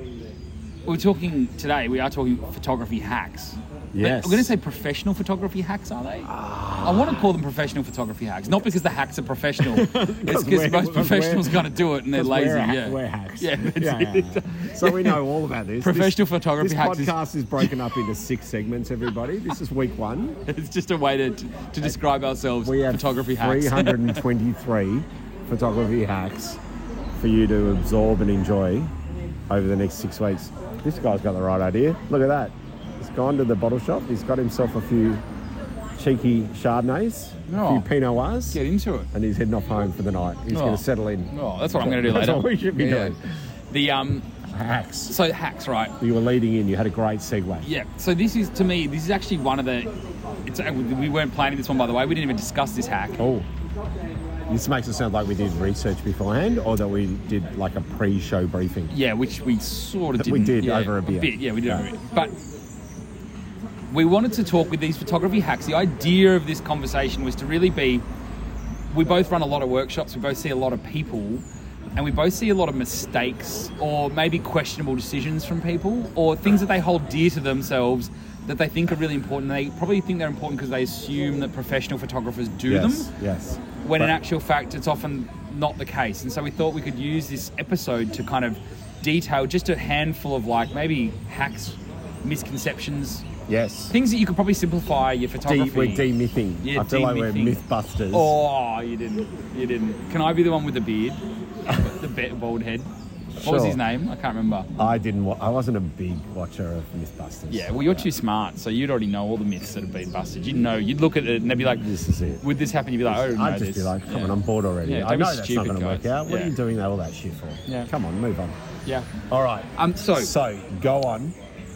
B: we're talking today. We are talking photography hacks. But
D: Yes.
B: I'm going to say professional photography hacks, are they? I want to call them professional photography hacks, not because the hacks are professional. it's
D: we're-
B: because most
D: because
B: professionals
D: we're-
B: got to do it and they're
D: 'Cause
B: lazy.
D: We're, ha-
B: yeah.
D: we're hacks.
B: Yeah. that's
D: yeah,
B: it.
D: yeah, yeah. So we know all about this.
B: Professional
D: this,
B: photography
D: this
B: hacks is-
D: podcast is broken up into six segments. Everybody, this is week one.
B: It's just a way to, to describe ourselves.
D: We have
B: photography hacks.
D: 323 photography hacks for you to absorb and enjoy over the next six weeks. This guy's got the right idea. Look at that. He's gone to the bottle shop. He's got himself a few cheeky Chardonnays, a
B: Oh.
D: few Pinot Noirs,
B: Get into it.
D: and he's heading off home for the night. He's
B: Oh.
D: going to settle in.
B: Oh, that's what I'm going to do
D: That's
B: later.
D: what we should be doing.
B: The um,
D: Hacks.
B: so hacks, right?
D: You were leading in. You had a great segue.
B: Yeah. So this is to me, this is actually one of the. It's, we weren't planning this one, by the way. We didn't even discuss this hack.
D: Oh. This makes it sound like we did research beforehand or that we did like a pre-show briefing.
B: Yeah, which we sort of
D: That
B: did.
D: we did over a beer.
B: yeah, we did
D: Yeah.
B: over a beer. But we wanted to talk with these photography hacks. The idea of this conversation was to really be. We both run a lot of workshops. We both see a lot of people, and we both see a lot of mistakes or maybe questionable decisions from people or things that they hold dear to themselves that they think are really important. They probably think they're important because they assume that professional photographers do
D: yes,
B: them
D: Yes.
B: when in
D: But-
B: actual fact it's often not the case. And so we thought we could use this episode to kind of detail just a handful of like maybe hacks, misconceptions,
D: Yes.
B: things that you could probably simplify your
D: De-
B: photography.
D: we're demything.
B: Yeah,
D: I feel like we're
B: demything.
D: mythbusters.
B: Oh, you didn't. You didn't. Can I be the one with the beard? the be- bald head? What was
D: Sure.
B: his name? I can't remember.
D: I didn't. Wa- I wasn't a big watcher of mythbusters.
B: Yeah, well, you're too smart, so you'd already know all the myths that have been busted. You'd know, you'd look at it and they'd be like,
D: This is it.
B: Would this happen? You'd be like, I already know
D: I'd just
B: this.
D: be like, come
B: yeah.
D: on, I'm bored already.
B: Yeah, don't
D: I
B: be
D: know that's not
B: stupid,
D: going to work
B: guys.
D: out. What
B: Yeah.
D: are you doing all that shit for?
B: Yeah.
D: Come on, move on.
B: Yeah.
D: All right.
B: Um, so,
D: So go on.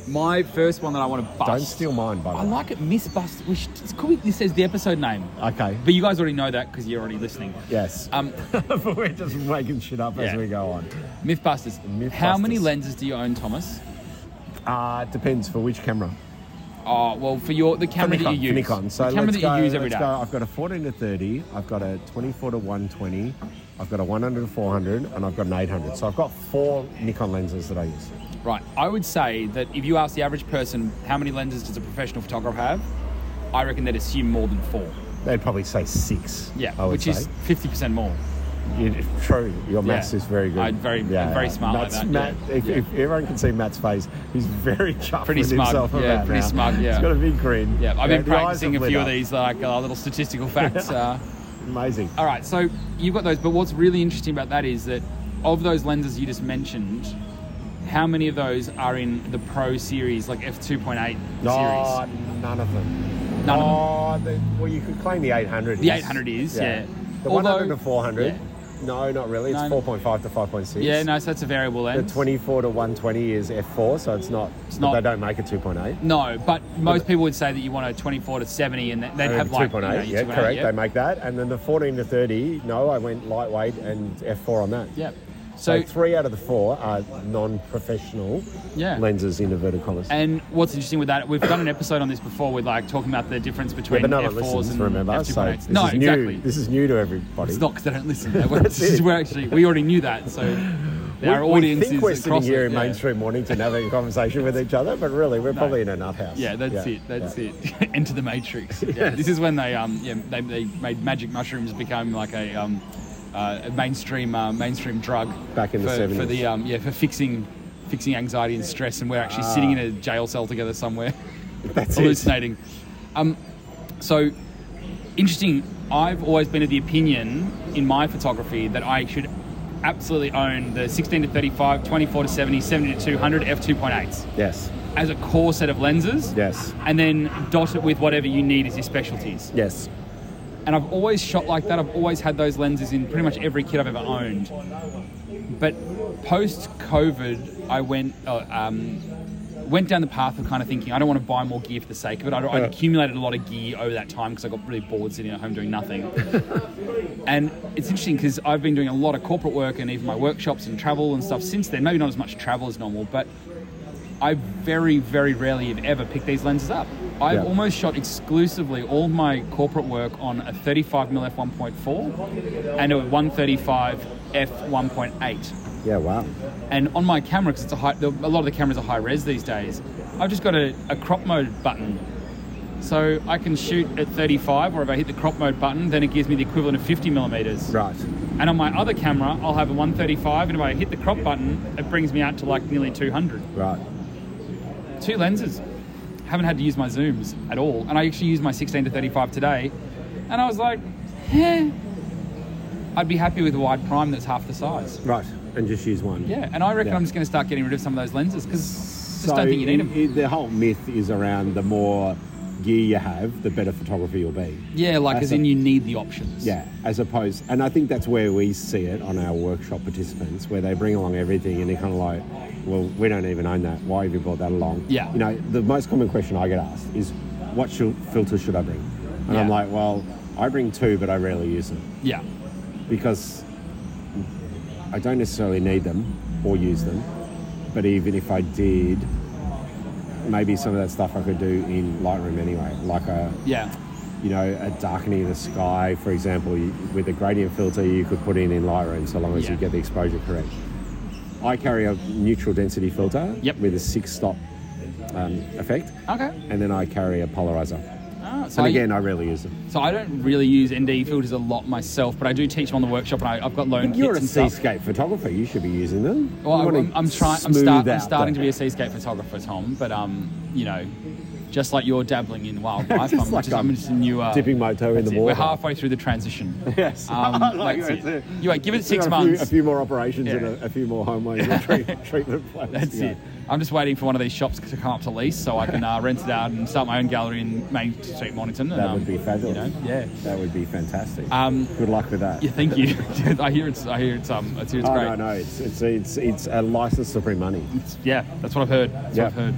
B: my first one that I want to bust.
D: Don't steal mine, by the
B: I
D: way.
B: like it, Miss Bust. We should, it's cool. This says the episode name,
D: Okay.
B: but you guys already know that because you're already listening.
D: Yes.
B: Um,
D: but we're just making shit up as
B: Yeah.
D: we go on.
B: Mythbusters. How many
D: Mythbusters.
B: lenses do you own, Thomas?
D: Uh, it depends for which camera.
B: Oh, well, for your the camera
D: Nikon,
B: that you use.
D: for Nikon. So
B: the camera
D: let's
B: that you
D: go,
B: use every
D: let's
B: day.
D: Go. I've got a 14 to 30. I've got a 24 to 120. I've got a 100 to 400, and I've got an 800. So I've got four Nikon lenses that I use.
B: Right. I would say that if you ask the average person how many lenses does a professional photographer have, I reckon they'd assume more than four.
D: They'd probably say six.
B: Yeah,
D: I would
B: which
D: say.
B: is fifty percent more.
D: You- true. Your maths is very good.
B: I'm very- I'm very smart like
D: Matt's,
B: that,
D: Matt,
B: yeah.
D: If, if everyone can see Matt's face, he's very chuffed
B: Pretty
D: with
B: smug,
D: himself
B: yeah,
D: about
B: pretty
D: now.
B: smug, yeah.
D: He's got a big grin.
B: Yeah, I've been
D: the eyes
B: practicing a
D: have lit
B: few of
D: up.
B: these like uh, little statistical facts. Uh,
D: Amazing.
B: All right, so you've got those, but what's really interesting about that is that of those lenses you just mentioned, how many of those are in the Pro series, like f2.8
D: Oh,
B: series?
D: none of them.
B: None
D: oh, of them. well, you could claim the 800
B: The
D: is.
B: 800 is, yeah.
D: The
B: Although-
D: 100 to 400.
B: yeah.
D: No, not really. It's
B: No.
D: 4.5 to 5.6.
B: Yeah, no, so that's a variable
D: The
B: lens.
D: 24 to 120 is F4, so it's not.
B: It's not-
D: They don't make a 2.8.
B: No, but most people would say that you want a 24 to 70, and they'd
D: Oh,
B: have like you
D: 2.8,
B: know, your
D: yeah,
B: 2.8,
D: correct.
B: yeah.
D: They make that, and then the 14 to 30. No, I went lightweight and F4 on that.
B: Yeah.
D: So,
B: So,
D: three out of the four are non-professional
B: Yeah.
D: lenses in inverted commas.
B: and what's interesting with that, we've done an episode on this before with like talking about the difference between
D: but no
B: F4s
D: one listens,
B: and
D: remember?
B: F2.8s.
D: So this
B: no,
D: is new.
B: exactly.
D: This is new to everybody.
B: It's not because they don't listen. This is- we're actually we already knew that, so our
D: we,
B: audience
D: we think
B: is
D: we're
B: across
D: sitting here
B: it,
D: in
B: yeah.
D: Main Street Mornington having a conversation with each other, but really we're probably in a nut house.
B: Yeah, that's it. That's it. Enter the Matrix. Yeah,
D: Yes.
B: This is when they um yeah they, they made magic mushrooms become like a um uh, a mainstream uh, mainstream drug
D: Back in the
B: for, for
D: 70s.
B: the um yeah for fixing fixing anxiety and stress, and we're actually sitting in a jail cell together somewhere,
D: Ah. That's it.
B: hallucinating. Um, so interesting. I've always been of the opinion in my photography that I should absolutely own the 16 to 35, 24 to 70, 70 to 200 f 2.8s
D: Yes.
B: as a core set of lenses
D: Yes.
B: and then dot it with whatever you need as your specialties.
D: Yes.
B: And I've always shot like that. I've always had those lenses in pretty much every kit I've ever owned. But post COVID, I went uh, um, went down the path of kind of thinking I don't want to buy more gear for the sake of it. I don't, I'd
D: Yeah.
B: accumulated a lot of gear over that time because I got really bored sitting at home doing nothing. and it's interesting because I've been doing a lot of corporate work and even my workshops and travel and stuff since then. Maybe not as much travel as normal, but I very, very rarely have ever picked these lenses up. I've
D: Yeah.
B: almost shot exclusively all my corporate work on a 35mm f1.4 and a 135 f1.8.
D: Yeah. Wow.
B: And on my camera, because it's a high, the- a lot of the cameras are high res these days. I've just got a, a crop mode button, so I can shoot at 35, or if I hit the crop mode button, then it gives me the equivalent of 50 millimeters.
D: Right.
B: And on my other camera, I'll have a 135, and if I hit the crop button, it brings me out to like nearly 200
D: Right.
B: two lenses. Haven't had to use my zooms at all, and I actually used my 16 to 35 today, and I was like, eh, I'd be happy with a wide prime that's half the size.
D: Right. And just use one.
B: Yeah, and I reckon
D: Yeah.
B: I'm just going to start getting rid of some of those lenses because just don't think you need them.
D: i- The whole myth is around the more gear you have, the better photography you'll be.
B: Yeah, like
D: That's
B: as in
D: a-
B: you need the options.
D: Yeah, as opposed, and I think that's where we see it on our workshop participants, where they bring along everything and they're kind of like, well, we don't even own that. Why have you brought that along?
B: Yeah.
D: You know, the most common question I get asked is, what should, filter should I bring? And I'm
B: Yeah.
D: like, well, I bring two, but I rarely use them
B: yeah,
D: because I don't necessarily need them or use them. But even if I did, maybe some of that stuff I could do in Lightroom anyway, like a
B: yeah,
D: you know, a darkening of the sky, for example, you, with a gradient filter you could put in in Lightroom so long as you
B: Yeah.
D: get the exposure correct. I carry a neutral density filter
B: Yep.
D: with a six stop um, effect,
B: okay.
D: and then I carry a polarizer.
B: Ah, so
D: And
B: I-
D: again, I rarely use them.
B: so I don't really use ND filters a lot myself, but I do teach them on the workshop, and I, I've got loan
D: You're a
B: kits and stuff.
D: seascape photographer, you should be using them.
B: Well,
D: You wanna
B: I'm, I'm trying. I'm,
D: smooth
B: start, I'm
D: out
B: starting to be
D: the-
B: a seascape photographer, Tom. But um, you know, just like you're dabbling in wildlife,
D: Just
B: I'm,
D: like
B: just, I'm,
D: I'm
B: just a new. Uh,
D: dipping my toe in
B: that's
D: the
B: it. We're
D: water.
B: halfway through the transition.
D: Yes.
B: Um,
D: Like,
B: that's
D: that's
B: it.
D: it.
B: You wait, give it
D: Still
B: six
D: got a few-
B: months.
D: a few more operations
B: Yeah.
D: and a, a few more homeways and treat, treatment plans.
B: That's
D: to go.
B: it. I'm just waiting for one of these shops to come up to lease so I can uh, rent it out and start my own gallery in Main Street, Mornington. and,
D: That
B: um,
D: would be fabulous.
B: You know, yeah.
D: That would be fantastic.
B: Um,
D: Good luck with that.
B: Yeah. Thank you. I hear it's. I hear it's. Um. It's, it's
D: oh,
B: great.
D: no, no, it's, it's, it's, it's a license to print money.
B: It's- yeah, that's what I've heard. That's
D: Yeah.
B: what I've heard.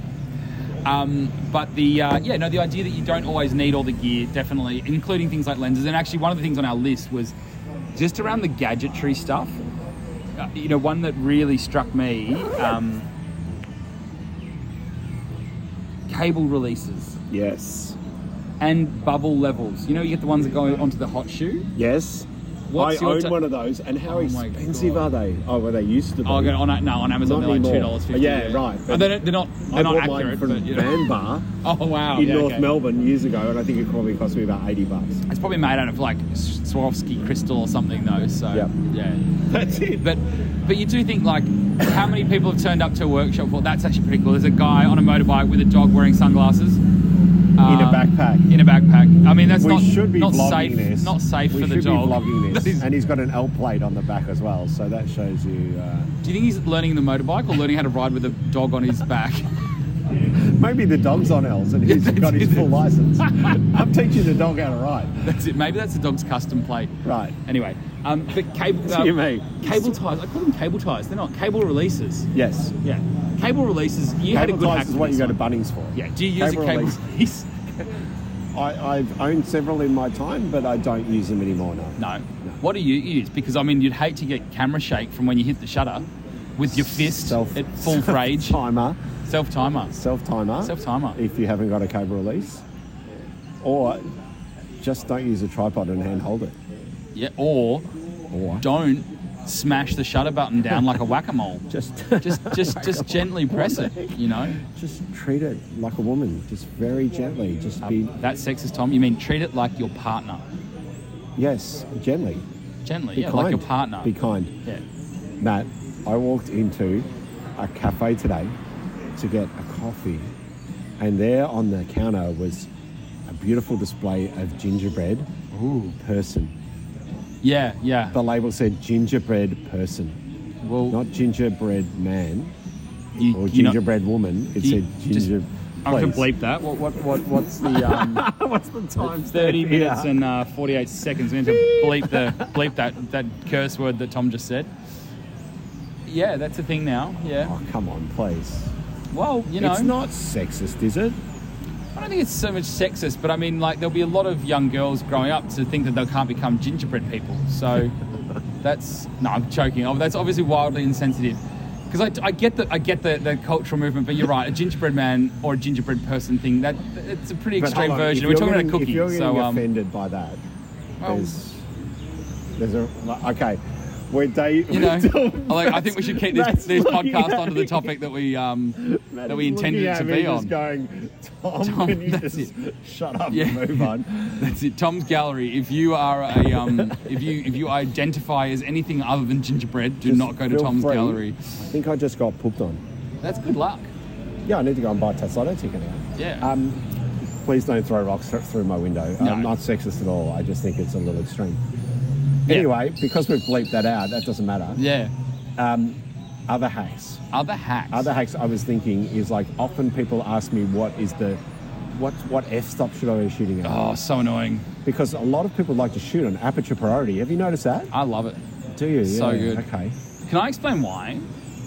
B: Um, but the uh, yeah, no, the idea that you don't always need all the gear, definitely, including things like lenses. And actually, one of the things on our list was just around the gadgetry stuff. Uh, you know, one that really struck me: um, cable releases
D: Yes.
B: and bubble levels. You know, you get the ones that go onto the hot shoe.
D: Yes.
B: What's
D: I
B: your
D: own
B: ta-
D: one of those, and how
B: Oh my
D: expensive
B: God.
D: are they? Oh, well, they used to be.
B: Oh, okay, on no, on Amazon
D: Not
B: they're like two
D: anymore.
B: dollars fifty.
D: Yeah, right.
B: Oh, they're, they're not. They're
D: I
B: not
D: bought
B: accurate.
D: mine from
B: but, you know.
D: Van Bar
B: Oh wow!
D: in
B: yeah,
D: North
B: okay.
D: Melbourne years ago, and I think it probably cost me about eighty bucks.
B: It's probably made out of like Swarovski crystal or something though. So
D: Yep.
B: yeah,
D: That's it.
B: but but you do think like how many people have turned up to a workshop? Well, that's actually pretty cool. There's a guy on a motorbike with a dog wearing sunglasses,
D: in a
B: Um,
D: backpack.
B: in a backpack. I mean, that's
D: we
B: not
D: should be
B: not
D: vlogging
B: safe.
D: this.
B: Not safe
D: we
B: for the
D: should
B: dog.
D: Be vlogging
B: That
D: this.
B: is-
D: and he's got an L plate on the back as well, so that shows you. Uh,
B: do you think he's learning the motorbike or learning how to ride with a dog on his back?
D: maybe the dog's on L's and he's got his full license. I'm teaching the dog how to ride.
B: That's it. Maybe that's the dog's custom plate.
D: Right.
B: Anyway, um, but cable.
D: Dear me.
B: Cable ties. I call them cable ties. They're not cable releases.
D: Yes.
B: Yeah. Cable releases. You had a
D: Cable
B: good hack
D: ties is
B: for
D: what you
B: this
D: go to
B: one.
D: Bunnings for.
B: Yeah. Do you use
D: Cable
B: a cable
D: release.
B: release?
D: I, I've owned several in my time, but I don't use them anymore now.
B: No. What do you use? Because I mean, you'd hate to get camera shake from when you hit the shutter with your fist
D: Self-
B: at full rage.
D: Timer,
B: Self timer.
D: self timer,
B: Self-timer.
D: If you haven't got a cable release, or just don't use a tripod and hand hold it.
B: Yeah. Or
D: Or
B: don't smash the shutter button down like a whack a mole.
D: just
B: Just, just, just gently press it. You know.
D: just treat it like a woman, just very gently. Just be
B: That sexist, Tom. You mean treat it like your partner.
D: yes, gently.
B: Gently,
D: Be
B: yeah,
D: kind.
B: like your partner.
D: Be kind.
B: yeah.
D: Matt, I walked into a cafe today to get a coffee, and there on the counter was a beautiful display of gingerbread person.
B: Yeah, yeah.
D: The label said gingerbread person,
B: well,
D: not gingerbread man
B: you,
D: or
B: you know-
D: gingerbread woman. It
B: you-
D: said
B: just-
D: ginger.
B: I can
D: please.
B: bleep that. What, what, what, what's the um,
D: What's the time?
B: thirty
D: stamp?
B: minutes
D: Yeah.
B: and uh, forty-eight seconds? We need to bleep the bleep that that curse word that Tom just said. Yeah, that's the thing now. Yeah.
D: Oh come on, please.
B: Well, you know,
D: It's not sexist, is it?
B: I don't think it's so much sexist, but I mean, like, there'll be a lot of young girls growing up to think that they can't become gingerbread people. So that's no, I'm joking. Oh, That's obviously wildly insensitive. Because I, I get the I get the, the cultural movement, but you're right. A gingerbread man or a gingerbread person thing that it's a pretty
D: But
B: extreme
D: hold on, if
B: version. We're
D: you're
B: talking
D: getting-
B: about a
D: If
B: cookie,
D: you're getting
B: so um,
D: offended by that,
B: well-
D: there's there's a like, okay. We're day.
B: you know, I like, I think we should keep this, this podcast onto the topic that we um, that we intended it to be on.
D: Just going, Tom,
B: Tom,
D: can you
B: that's
D: just
B: it.
D: shut up
B: Yeah.
D: and move on?
B: That's it, Tom's gallery. If you are a, um, if you if you identify as anything other than gingerbread, do
D: Just
B: not go to
D: feel
B: Tom's
D: free.
B: gallery.
D: I think I just got pooped on.
B: That's good luck.
D: Yeah, I need to go and buy a Tassoto ticket now.
B: Yeah.
D: Um, please don't throw rocks thr- through my window.
B: No.
D: I'm not sexist at all. I just think it's a little extreme.
B: Yeah.
D: Anyway, because we've bleeped that out, that doesn't matter.
B: Yeah.
D: Other hacks.
B: Other hacks.
D: Other hacks I was thinking is like often people ask me what is the what what f stop should I be shooting at?
B: Oh, so annoying.
D: Because a lot of people like to shoot on aperture priority. Have you noticed that?
B: I love it.
D: Do you?
B: so good.
D: Okay.
B: Can I explain why?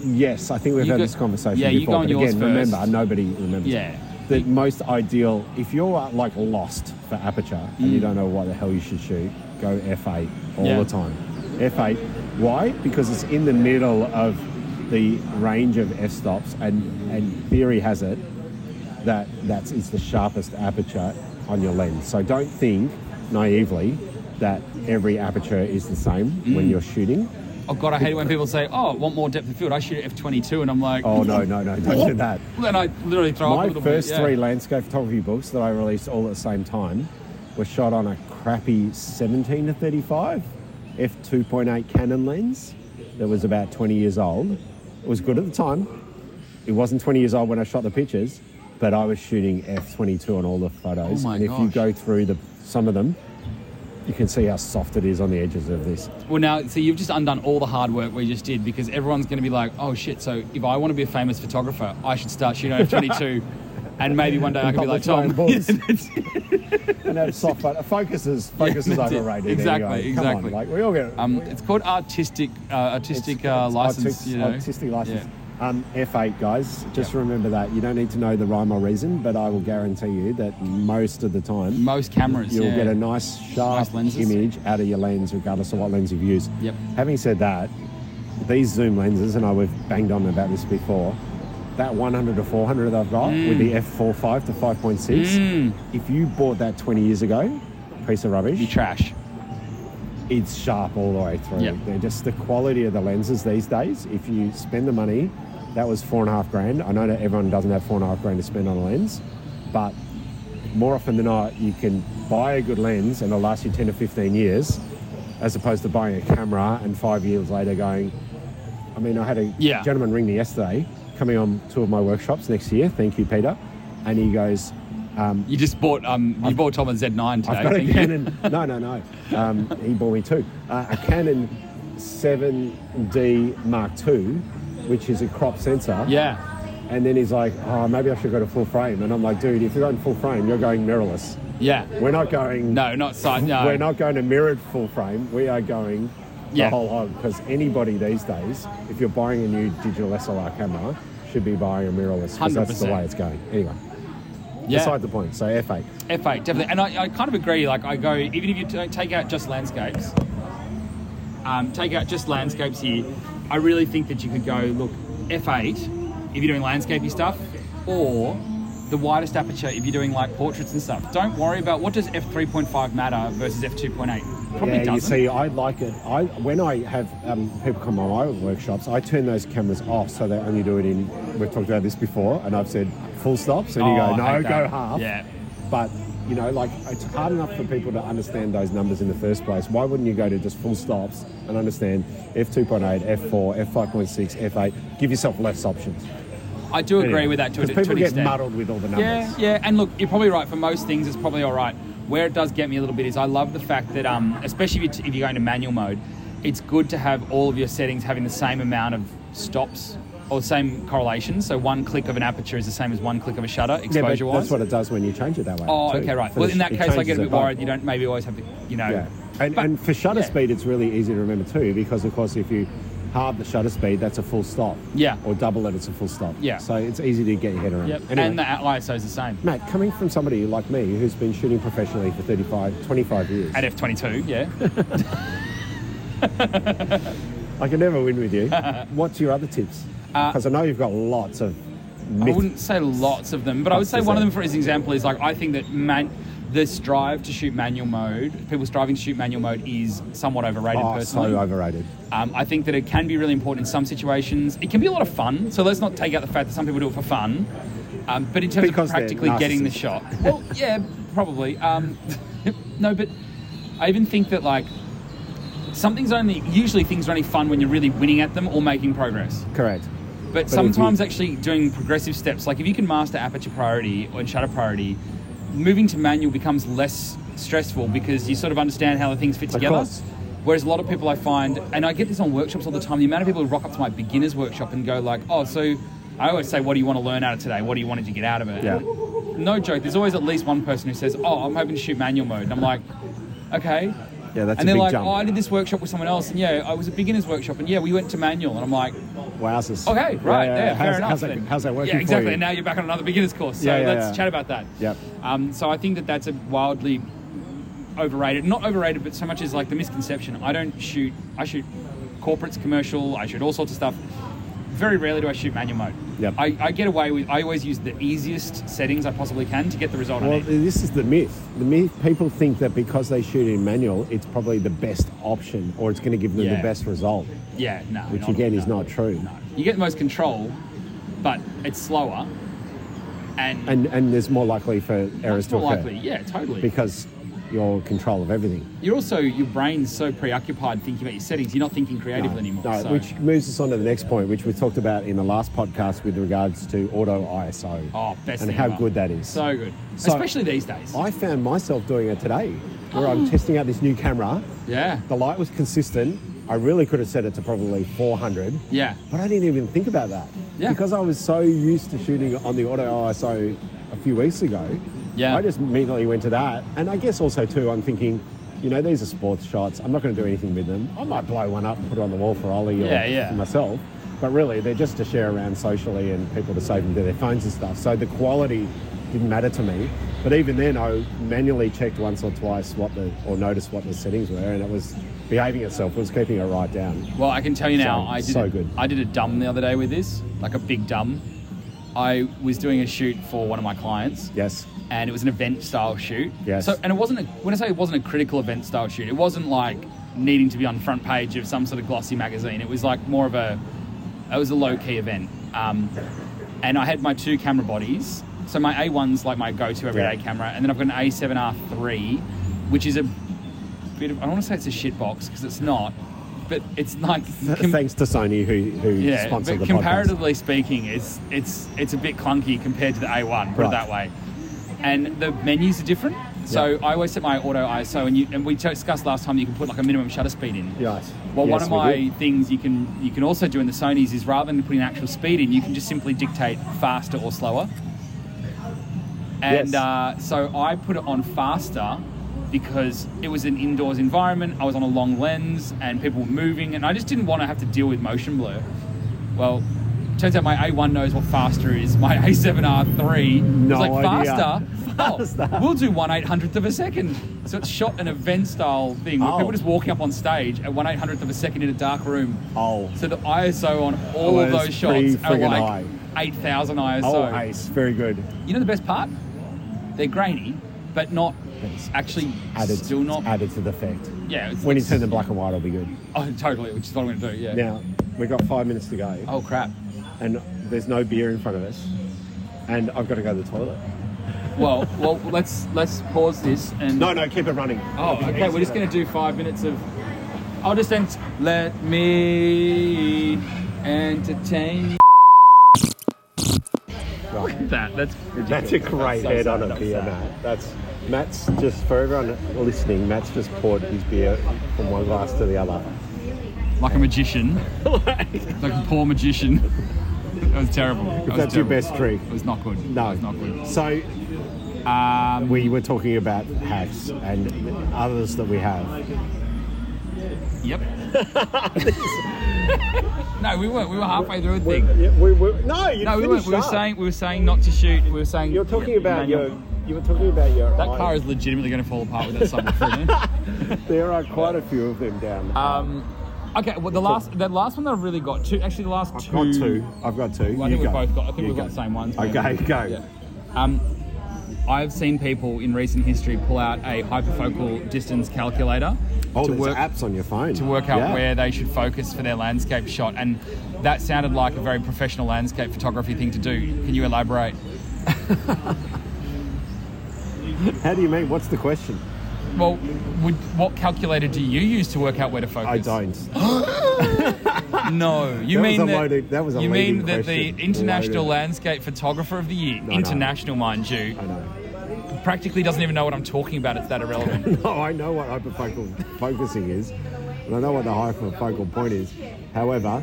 D: Yes, I think we've
B: You
D: had
B: go-
D: this conversation
B: yeah, you
D: before.
B: go on
D: but
B: yours
D: again,
B: first.
D: remember, nobody remembers.
B: Yeah.
D: The most ideal, if you're uh, like lost for aperture and you don't know what the hell you should shoot, go f8 all
B: Yeah.
D: the time. F8. Why? Because it's in the middle of the range of f stops, and and theory has it that that's it's the sharpest aperture on your lens. So don't think naively that every aperture is the same when you're shooting.
B: Oh God, I hate it when people say, "Oh, I want more depth of field." I shoot at f22, and I'm like,
D: Oh no, no, no! Don't do that.
B: Then I literally throw up a
D: My
B: little
D: first
B: bit. yeah.
D: three landscape photography books that I released all at the same time were shot on a crappy 17 to 35 f 2.8 Canon lens that was about 20 years old. It was good at the time. It wasn't 20 years old when I shot the pictures, but I was shooting f 22 on all the photos.
B: Oh my
D: and if you
B: gosh.
D: go through the some of them, you can see how soft it is on the edges of this.
B: Well, now, see, you've just undone all the hard work we just did because everyone's going to be like, oh shit, so if I want to be a famous photographer, I should start shooting over 22. And maybe one day I
D: And
B: could be like
D: publish
B: Tom.
D: my own books.
B: Yeah, that's it.
D: And that soft photo focuses focuses
B: that's it.
D: overrated.
B: Exactly,
D: anyway. Come
B: exactly.
D: On, like we all get
B: um, it's called artistic uh, artistic
D: It's-
B: uh,
D: it's
B: license.
D: artis-
B: you know?
D: Artistic license.
B: Yeah.
D: Um, F8, guys, just
B: Yeah.
D: remember that. You don't need to know the rhyme or reason, but I will guarantee you that most of the time,
B: Most cameras.
D: you'll
B: yeah.
D: get a nice, sharp
B: Nice lenses.
D: image out of your lens, regardless of what lens you've used.
B: Yep.
D: Having said that, these zoom lenses, and I we've banged on about this before, that 100 to 400 that I've got
B: Mm.
D: with the f4.5 to 5.6, if you bought that 20 years ago, piece of rubbish
B: Be trash.
D: it's sharp all the way through.
B: Yep.
D: They're just the quality of the lenses these days. If you spend the money, that was four and a half grand. I know that everyone doesn't have four and a half grand to spend on a lens, but more often than not, you can buy a good lens and it'll last you 10 to 15 years as opposed to buying a camera and five years later going, I mean, I had a
B: Yeah.
D: gentleman ring me yesterday coming on two of my workshops next year. Thank you, Peter. And he goes, Um,
B: You just bought um, you bought Tom a Z9 today.
D: I've got a
B: didn't you?
D: Canon. No, no, no. Um, he bought me two. Uh, a Canon 7D Mark II, which is a crop sensor.
B: Yeah,
D: And then he's like, oh, maybe I should go to full frame. And I'm like, dude, if you're going full frame, you're going mirrorless.
B: yeah.
D: We're not going.
B: No, not side. No,
D: We're not going to mirrored full frame. We are going
B: Yeah.
D: the whole hog because anybody these days, if you're buying a new digital SLR camera, should be buying a mirrorless because that's the
B: 100%.
D: way it's going. Anyway,
B: Yeah.
D: beside the point. So F8.
B: F8, definitely. And I, I kind of agree. Like, I go, even if you t- take out just landscapes, um, take out just landscapes here, I really think that you could go, look, F8, if you're doing landscapey stuff, or the widest aperture if you're doing like portraits and stuff. Don't worry about what does F3.5 matter versus F2.8. Probably
D: yeah,
B: doesn't.
D: you see, I like it. I when I have um, people come on my workshops, I turn those cameras off so they only do it in. We've talked about this before, and I've said full stops, and you
B: Oh,
D: go
B: I
D: no,
B: hate
D: go
B: that.
D: half.
B: Yeah.
D: But you know, like it's hard enough for people to understand those numbers in the first place. Why wouldn't you go to just full stops and understand f two point eight, f four, f five point six, f eight? Give yourself less options.
B: I do agree
D: Anyway,
B: with that to, a,
D: 'cause
B: to
D: people
B: an
D: get
B: extent.
D: muddled with all the numbers.
B: Yeah, yeah, and look, you're probably right. For most things, it's probably all right. Where it does get me a little bit is I love the fact that, um, especially if, you if you're going to manual mode, it's good to have all of your settings having the same amount of stops or same correlation. So one click of an aperture is the same as one click of a shutter,
D: Yeah, but
B: exposure wise.
D: that's what it does when you change it that way.
B: oh,
D: too.
B: okay, right.
D: For
B: Well,
D: the
B: in
D: sh-
B: that
D: it
B: case, I
D: changes
B: get a
D: it
B: bit
D: up.
B: worried. You don't maybe always have to, you know.
D: Yeah. And,
B: But-
D: and for shutter
B: yeah.
D: speed, it's really easy to remember too, because of course, if you halve the shutter speed, that's a full stop.
B: Yeah.
D: Or double it, it's a full stop.
B: Yeah.
D: So it's easy to get your head around.
B: Yep.
D: Anyway,
B: And the ISO is the same
D: Matt, coming from somebody like me who's been shooting professionally for 35, 25 years,
B: at f22. Yeah.
D: I can never win with you. What's your other tips? Because I know you've got lots of.
B: Uh, I
D: myth-
B: wouldn't say lots of them, but I would
D: That's
B: say
D: the
B: one of
D: same.
B: them, for as an example, is like I think that man, the strive to shoot manual mode, people striving to shoot manual mode is somewhat overrated
D: Oh, so
B: personally.
D: overrated.
B: um, I think that it can be really important in some situations. It can be a lot of fun, so let's not take out the fact that some people do it for fun. Um, but in terms
D: Because
B: of
D: they're
B: practically getting the
D: narcissists.
B: shot, well, yeah, probably. Um, no, but I even think that like something's only usually things are only fun when you're really winning at them or making progress.
D: Correct.
B: But,
D: if
B: sometimes
D: you-
B: actually doing progressive steps, like if you can master aperture priority or shutter priority, moving to manual becomes less stressful because you sort of understand how the things fit together.
D: course.
B: Whereas a lot of people I find, and I get this on workshops all the time, the amount of people who rock up to my beginners workshop and go like, oh, so I always say, what do you want to learn out of today? What do you wanted to get out of it?
D: Yeah.
B: No joke, there's always at least one person who says, oh, I'm hoping to shoot manual mode. And I'm like, okay.
D: Yeah, that's a
B: and they're
D: big
B: like,
D: jump.
B: oh, I did this workshop with someone else, and yeah, I was a beginner's workshop, and yeah, we went to manual, and I'm like,
D: Wowzers.
B: Okay, right.
D: Yeah,
B: Yeah,
D: yeah, yeah.
B: fair
D: how's,
B: enough.
D: how's that,
B: then.
D: how's that working
B: Yeah, exactly.
D: for you?
B: And now you're back on another beginner's course. So
D: Yeah, yeah,
B: let's
D: yeah.
B: chat about that.
D: Yep.
B: Um, so I think that that's a wildly overrated, not overrated, but so much as like the misconception. I don't shoot. I shoot corporates, commercial. I shoot all sorts of stuff. Very rarely do I shoot manual mode.
D: Yep.
B: I, I get away with. I always use the easiest settings I possibly can to get the result I
D: Well,
B: need.
D: this is the myth. The myth people think that because they shoot in manual, it's probably the best option, or it's going to give them the
B: Yeah.
D: best result,
B: Yeah. No.
D: which
B: not-
D: again is
B: no.
D: not true.
B: You get the most control, but it's slower. And,
D: And and there's more likely for errors
B: it's
D: to
B: more
D: occur
B: likely. Yeah. Totally.
D: because you're in control of everything.
B: You're also your brain's so preoccupied thinking about your settings, you're not thinking creatively anymore.
D: No,
B: so.
D: which moves us on to the next point, which we talked about in the last podcast with regards to auto ISO
B: oh, best thing
D: and how
B: ever.
D: good that is.
B: So good,
D: So-
B: especially these days.
D: I found myself doing it today, where I'm testing out this new camera.
B: yeah,
D: The light was consistent. I really could have set it to probably 400.
B: yeah,
D: But I didn't even think about that.
B: Yeah.
D: Because I was so used to shooting on the auto ISO a few weeks ago.
B: Yeah.
D: I just immediately went to that. And I guess also too, I'm thinking, you know, these are sports shots. I'm not going to do anything with them. I might blow one up and put it on the wall for Ollie or
B: Yeah, yeah.
D: for myself. But really, they're just to share around socially and people to save them to their phones and stuff. So the quality didn't matter to me. But even then, I manually checked once or twice what the, or noticed what the settings were, and it was behaving itself. It was keeping it right down.
B: Well, I can tell you now,
D: So-
B: I did
D: so
B: a,
D: good.
B: I did a dumb the other day with this, like a big dumb. I was doing a shoot for one of my clients.
D: Yes.
B: and it was an event style shoot.
D: Yes.
B: So, and it wasn't a, when I say it wasn't a critical event style shoot, it wasn't like needing to be on front page of some sort of glossy magazine. It was like more of a, it was a low key event. Um, and I had my two camera bodies. So my A1's like my go to everyday
D: Yeah.
B: camera, and then I've got an A7R3, which is a bit of I don't want to say it's a shit box because it's not, but it's like com-
D: Thanks to Sony who, who
B: yeah,
D: sponsored
B: but
D: the podcast.
B: comparatively speaking, it's it's it's a bit clunky compared to the A1. Put
D: Right.
B: it that way. and the menus are different. So I always set my auto ISO, and you and we discussed last time that you can put like a minimum shutter speed in.
D: Yes.
B: Well, one
D: Yes,
B: of
D: we
B: my
D: did.
B: things you can you can also do in the Sony's is rather than putting an actual speed in, you can just simply dictate faster or slower. And
D: Yes.
B: uh, so I put it on faster because it was an indoors environment. I was on a long lens and people were moving, and I just didn't want to have to deal with motion blur. Well, turns out my A1 knows what faster is. My A7R3
D: No
B: was like
D: idea.
B: faster.
D: Faster.
B: Oh, we'll do one eight hundredth of a second. So it's shot an event style thing where
D: Oh.
B: people just walking up on stage at one eight hundredth of a second in a dark room.
D: Oh.
B: So the ISO on all of
D: Oh,
B: those
D: it's
B: shots are
D: pretty friggin'
B: like eight thousand ISO.
D: Oh, ace. Very good.
B: You know the best part? They're grainy, but not
D: It's-
B: actually
D: Added,
B: still not.
D: added to the fact.
B: Yeah, it's,
D: When you
B: it's,
D: turn the black and white, it'll be good.
B: Oh, totally. Which is what I'm going to do. Yeah.
D: Now, we've got five minutes to go,
B: Oh crap.
D: and there's no beer in front of us, and I've got to go to the toilet.
B: Well, well, let's let's pause this and.
D: No, no, keep it running.
B: Oh, okay. We're just going to do five minutes of. I'll just end. Let me entertain.
D: Right.
B: That that's ridiculous.
D: That's a great
B: so
D: head
B: sad.
D: on a
B: That's
D: beer,
B: sad.
D: Matt. That's Matt's just for everyone listening. Matt's just poured his beer from one glass to the other.
B: Like a magician. like a poor magician. That was terrible. That was
D: That's your
B: terrible.
D: best trick.
B: It was not good.
D: No,
B: It was not good.
D: So
B: Um,
D: we were talking about hacks and others that we have.
B: yep. no, we weren't. We were halfway through a thing.
D: we were, no, you
B: no, we weren't. We were saying we were saying not to shoot. We were saying
D: you're talking
B: Yeah,
D: about
B: manual.
D: your. You were talking about your.
B: That
D: eye.
B: car is legitimately going to fall apart with that subwoofer. man.
D: There are quite a few of them down.
B: Um, okay, well, the last the last one that I've really got two. Actually, the last
D: I've
B: two.
D: got two. I've got two.
B: Well, I
D: You
B: think we've
D: go.
B: both got. I think
D: You
B: we've got
D: go.
B: the same ones. maybe.
D: Okay, go.
B: Yeah. Um, I've seen people in recent history pull out a hyperfocal distance calculator
D: Oh,
B: to
D: there's
B: work
D: apps on your phone
B: to work out
D: Yeah.
B: where they should focus for their landscape shot, and that sounded like a very professional landscape photography thing to do. Can you elaborate?
D: How do you mean? What's the question?
B: Well, would, what calculator do you use to work out where to focus?
D: I don't.
B: No, you
D: That was
B: mean
D: a
B: that,
D: loaded- that was a
B: you mean
D: leading
B: that the
D: question.
B: international
D: Loaded.
B: landscape photographer of the year,
D: No, no.
B: international mind you,
D: I know.
B: practically doesn't even know what I'm talking about. It's that irrelevant.
D: No, I know what hyperfocal focusing is, and I know what the hyperfocal point is. However,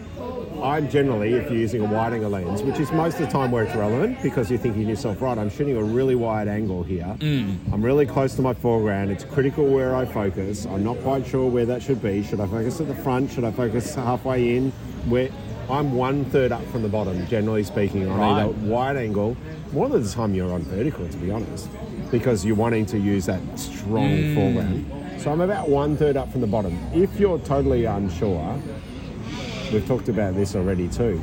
D: I'm generally, if you're using a widening lens, which is most of the time where it's relevant, because you're thinking to yourself, right, I'm shooting a really wide angle here. I'm really close to my foreground. It's critical where I focus. I'm not quite sure where that should be. Should I focus at the front? Should I focus halfway in? Where I'm one third up from the bottom, generally speaking, on
B: Right.
D: either wide angle. More of the time you're on vertical, to be honest, because you're wanting to use that strong
B: Mm.
D: foreground. So I'm about one third up from the bottom. If you're totally unsure, we've talked about this already too.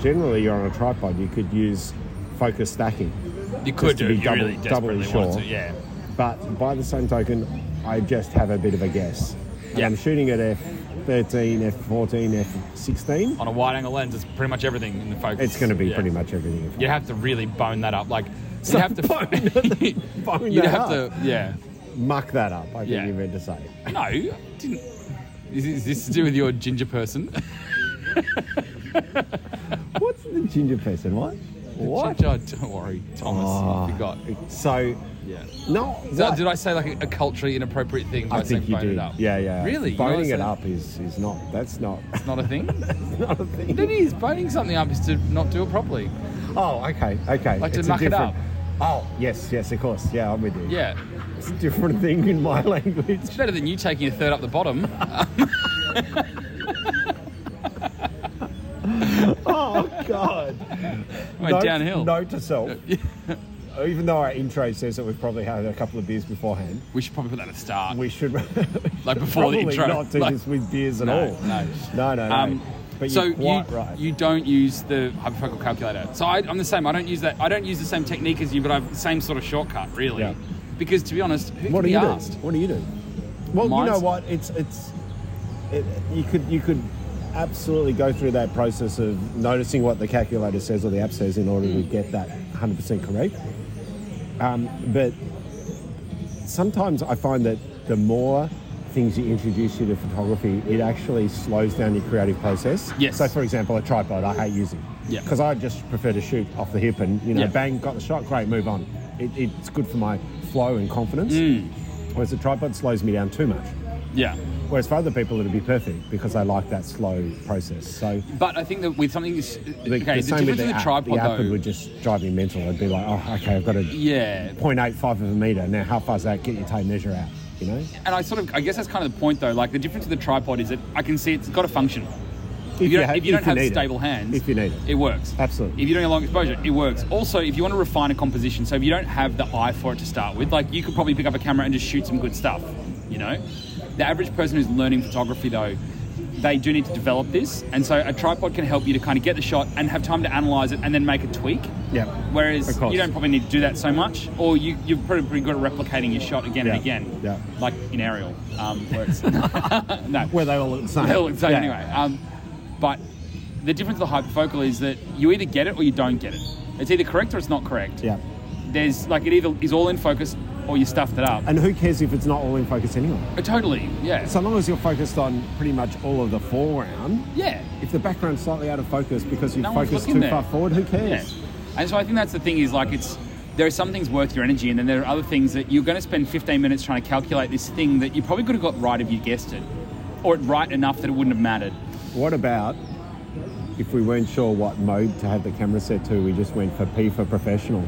D: Generally, you're on a tripod. You could use focus stacking,
B: You could do.
D: to be
B: it. You
D: double-
B: really
D: doubly
B: desperately
D: sure.
B: want to. Yeah.
D: but by the same token, I just have a bit of a guess. And
B: Yeah.
D: I'm shooting at f13, f14, f16.
B: On a wide-angle lens, it's pretty much everything in the focus.
D: It's going to be
B: Yeah.
D: pretty much everything. in front.
B: You have to really bone that up. Like you have to
D: bone- bone
B: You'd
D: that
B: have
D: up.
B: to. Yeah.
D: Muck that up. I think
B: Yeah.
D: you meant to say.
B: No, I didn't. Is, is this to do with your ginger person?
D: What's the ginger person? What? What? Ah.
B: Ginger, don't worry, Thomas. I forgot.
D: So,
B: Yeah.
D: no.
B: So
D: what?
B: did I say like a, a culturally inappropriate thing by
D: I think
B: saying
D: you
B: bone
D: did.
B: it up?
D: Yeah, yeah.
B: Really? You know
D: Boning
B: I
D: it
B: said-
D: up is is not. That's not.
B: It's not a thing.
D: not a thing.
B: it is. Boning something up is to not do it properly.
D: Oh, okay, okay.
B: Like to
D: It's a
B: muck it up.
D: different- Oh, yes, yes, of course. Yeah, I'm with you.
B: Yeah.
D: It's a different thing in my language.
B: It's better than you taking a third up the bottom.
D: Oh God.
B: Went downhill.
D: No to self. Even though our intro says that we've probably had a couple of beers beforehand,
B: We should probably put that at the start.
D: we should
B: like before the
D: probably
B: intro.
D: not do
B: Like-
D: this with beers at
B: no,
D: all.
B: no.
D: no, no. no.
B: Um,
D: but
B: so
D: you're quite
B: you,
D: right.
B: you don't use the hyperfocal calculator. So I, I'm the same. I don't use that. I don't use the same technique as you, but I have the same sort of shortcut, really.
D: Yeah.
B: Because to be honest, who
D: what
B: can
D: do
B: be
D: you
B: asked?
D: do? What do you do? Well,
B: Mine's-
D: you know what? It's it's it, you could you could absolutely go through that process of noticing what the calculator says or the app says in order to get that 100% correct. Um, but sometimes I find that the more things you introduce you to photography, it actually slows down your creative process.
B: Yes.
D: So, for example, a tripod I hate using
B: Yeah.
D: because I just prefer to shoot off the hip and you know
B: Yeah.
D: bang got the shot, great, move on. it, it's good for my flow and confidence.
B: Mm.
D: Whereas the tripod slows me down too much.
B: Yeah.
D: Whereas for other people, it'll be perfect because they like that slow process. So
B: But I think that with something, this,
D: the,
B: okay,
D: the
B: the,
D: same
B: difference
D: with
B: with
D: the,
B: a
D: app.
B: tripod
D: the app
B: though,
D: would just drive me mental. I'd be like, oh, okay, I've got a
B: yeah,
D: 0.85 of a meter. Now, how far does that get your tape measure out? You know,
B: and I sort of, I guess that's kind of the point though. Like the difference with the tripod is that I can see it's got a function. If, you, don't,
D: ha-
B: if you don't have
D: need it.
B: stable hands,
D: if you need it,
B: it works.
D: Absolutely.
B: If you don't have long exposure, it works. Also, if you want to refine a composition, so if you don't have the eye for it to start with, like you could probably pick up a camera and just shoot some good stuff. You know, the average person who's learning photography though, they do need to develop this, and so a tripod can help you to kind of get the shot and have time to analyze it and then make a tweak.
D: Yeah.
B: Whereas
D: Of course.
B: you don't probably need to do that so much, or you, you're probably pretty good at replicating your shot again and
D: Yeah.
B: again.
D: Yeah.
B: Like in aerial, um, where it's no,
D: where they all look the same.
B: Hell, it's- so
D: Yeah.
B: anyway. Um, but the difference with the hyperfocal is that you either get it or you don't get it. It's either correct or it's not correct.
D: Yeah.
B: There's like it either is all in focus or you stuffed it up.
D: And who cares if it's not all in focus anyway?
B: Uh, totally. Yeah.
D: So long as you're focused on pretty much all of the foreground,
B: yeah.
D: if the background's slightly out of focus because you've
B: No one's
D: focused too
B: looking
D: far
B: there.
D: forward, who
B: Yeah.
D: cares?
B: And so I think that's the thing is like it's there are some things worth your energy and then there are other things that you're going to spend 15 minutes trying to calculate this thing that you probably could have got right if you guessed it or it right enough that it wouldn't have mattered.
D: What about if we weren't sure what mode to have the camera set to, we just went for P for professional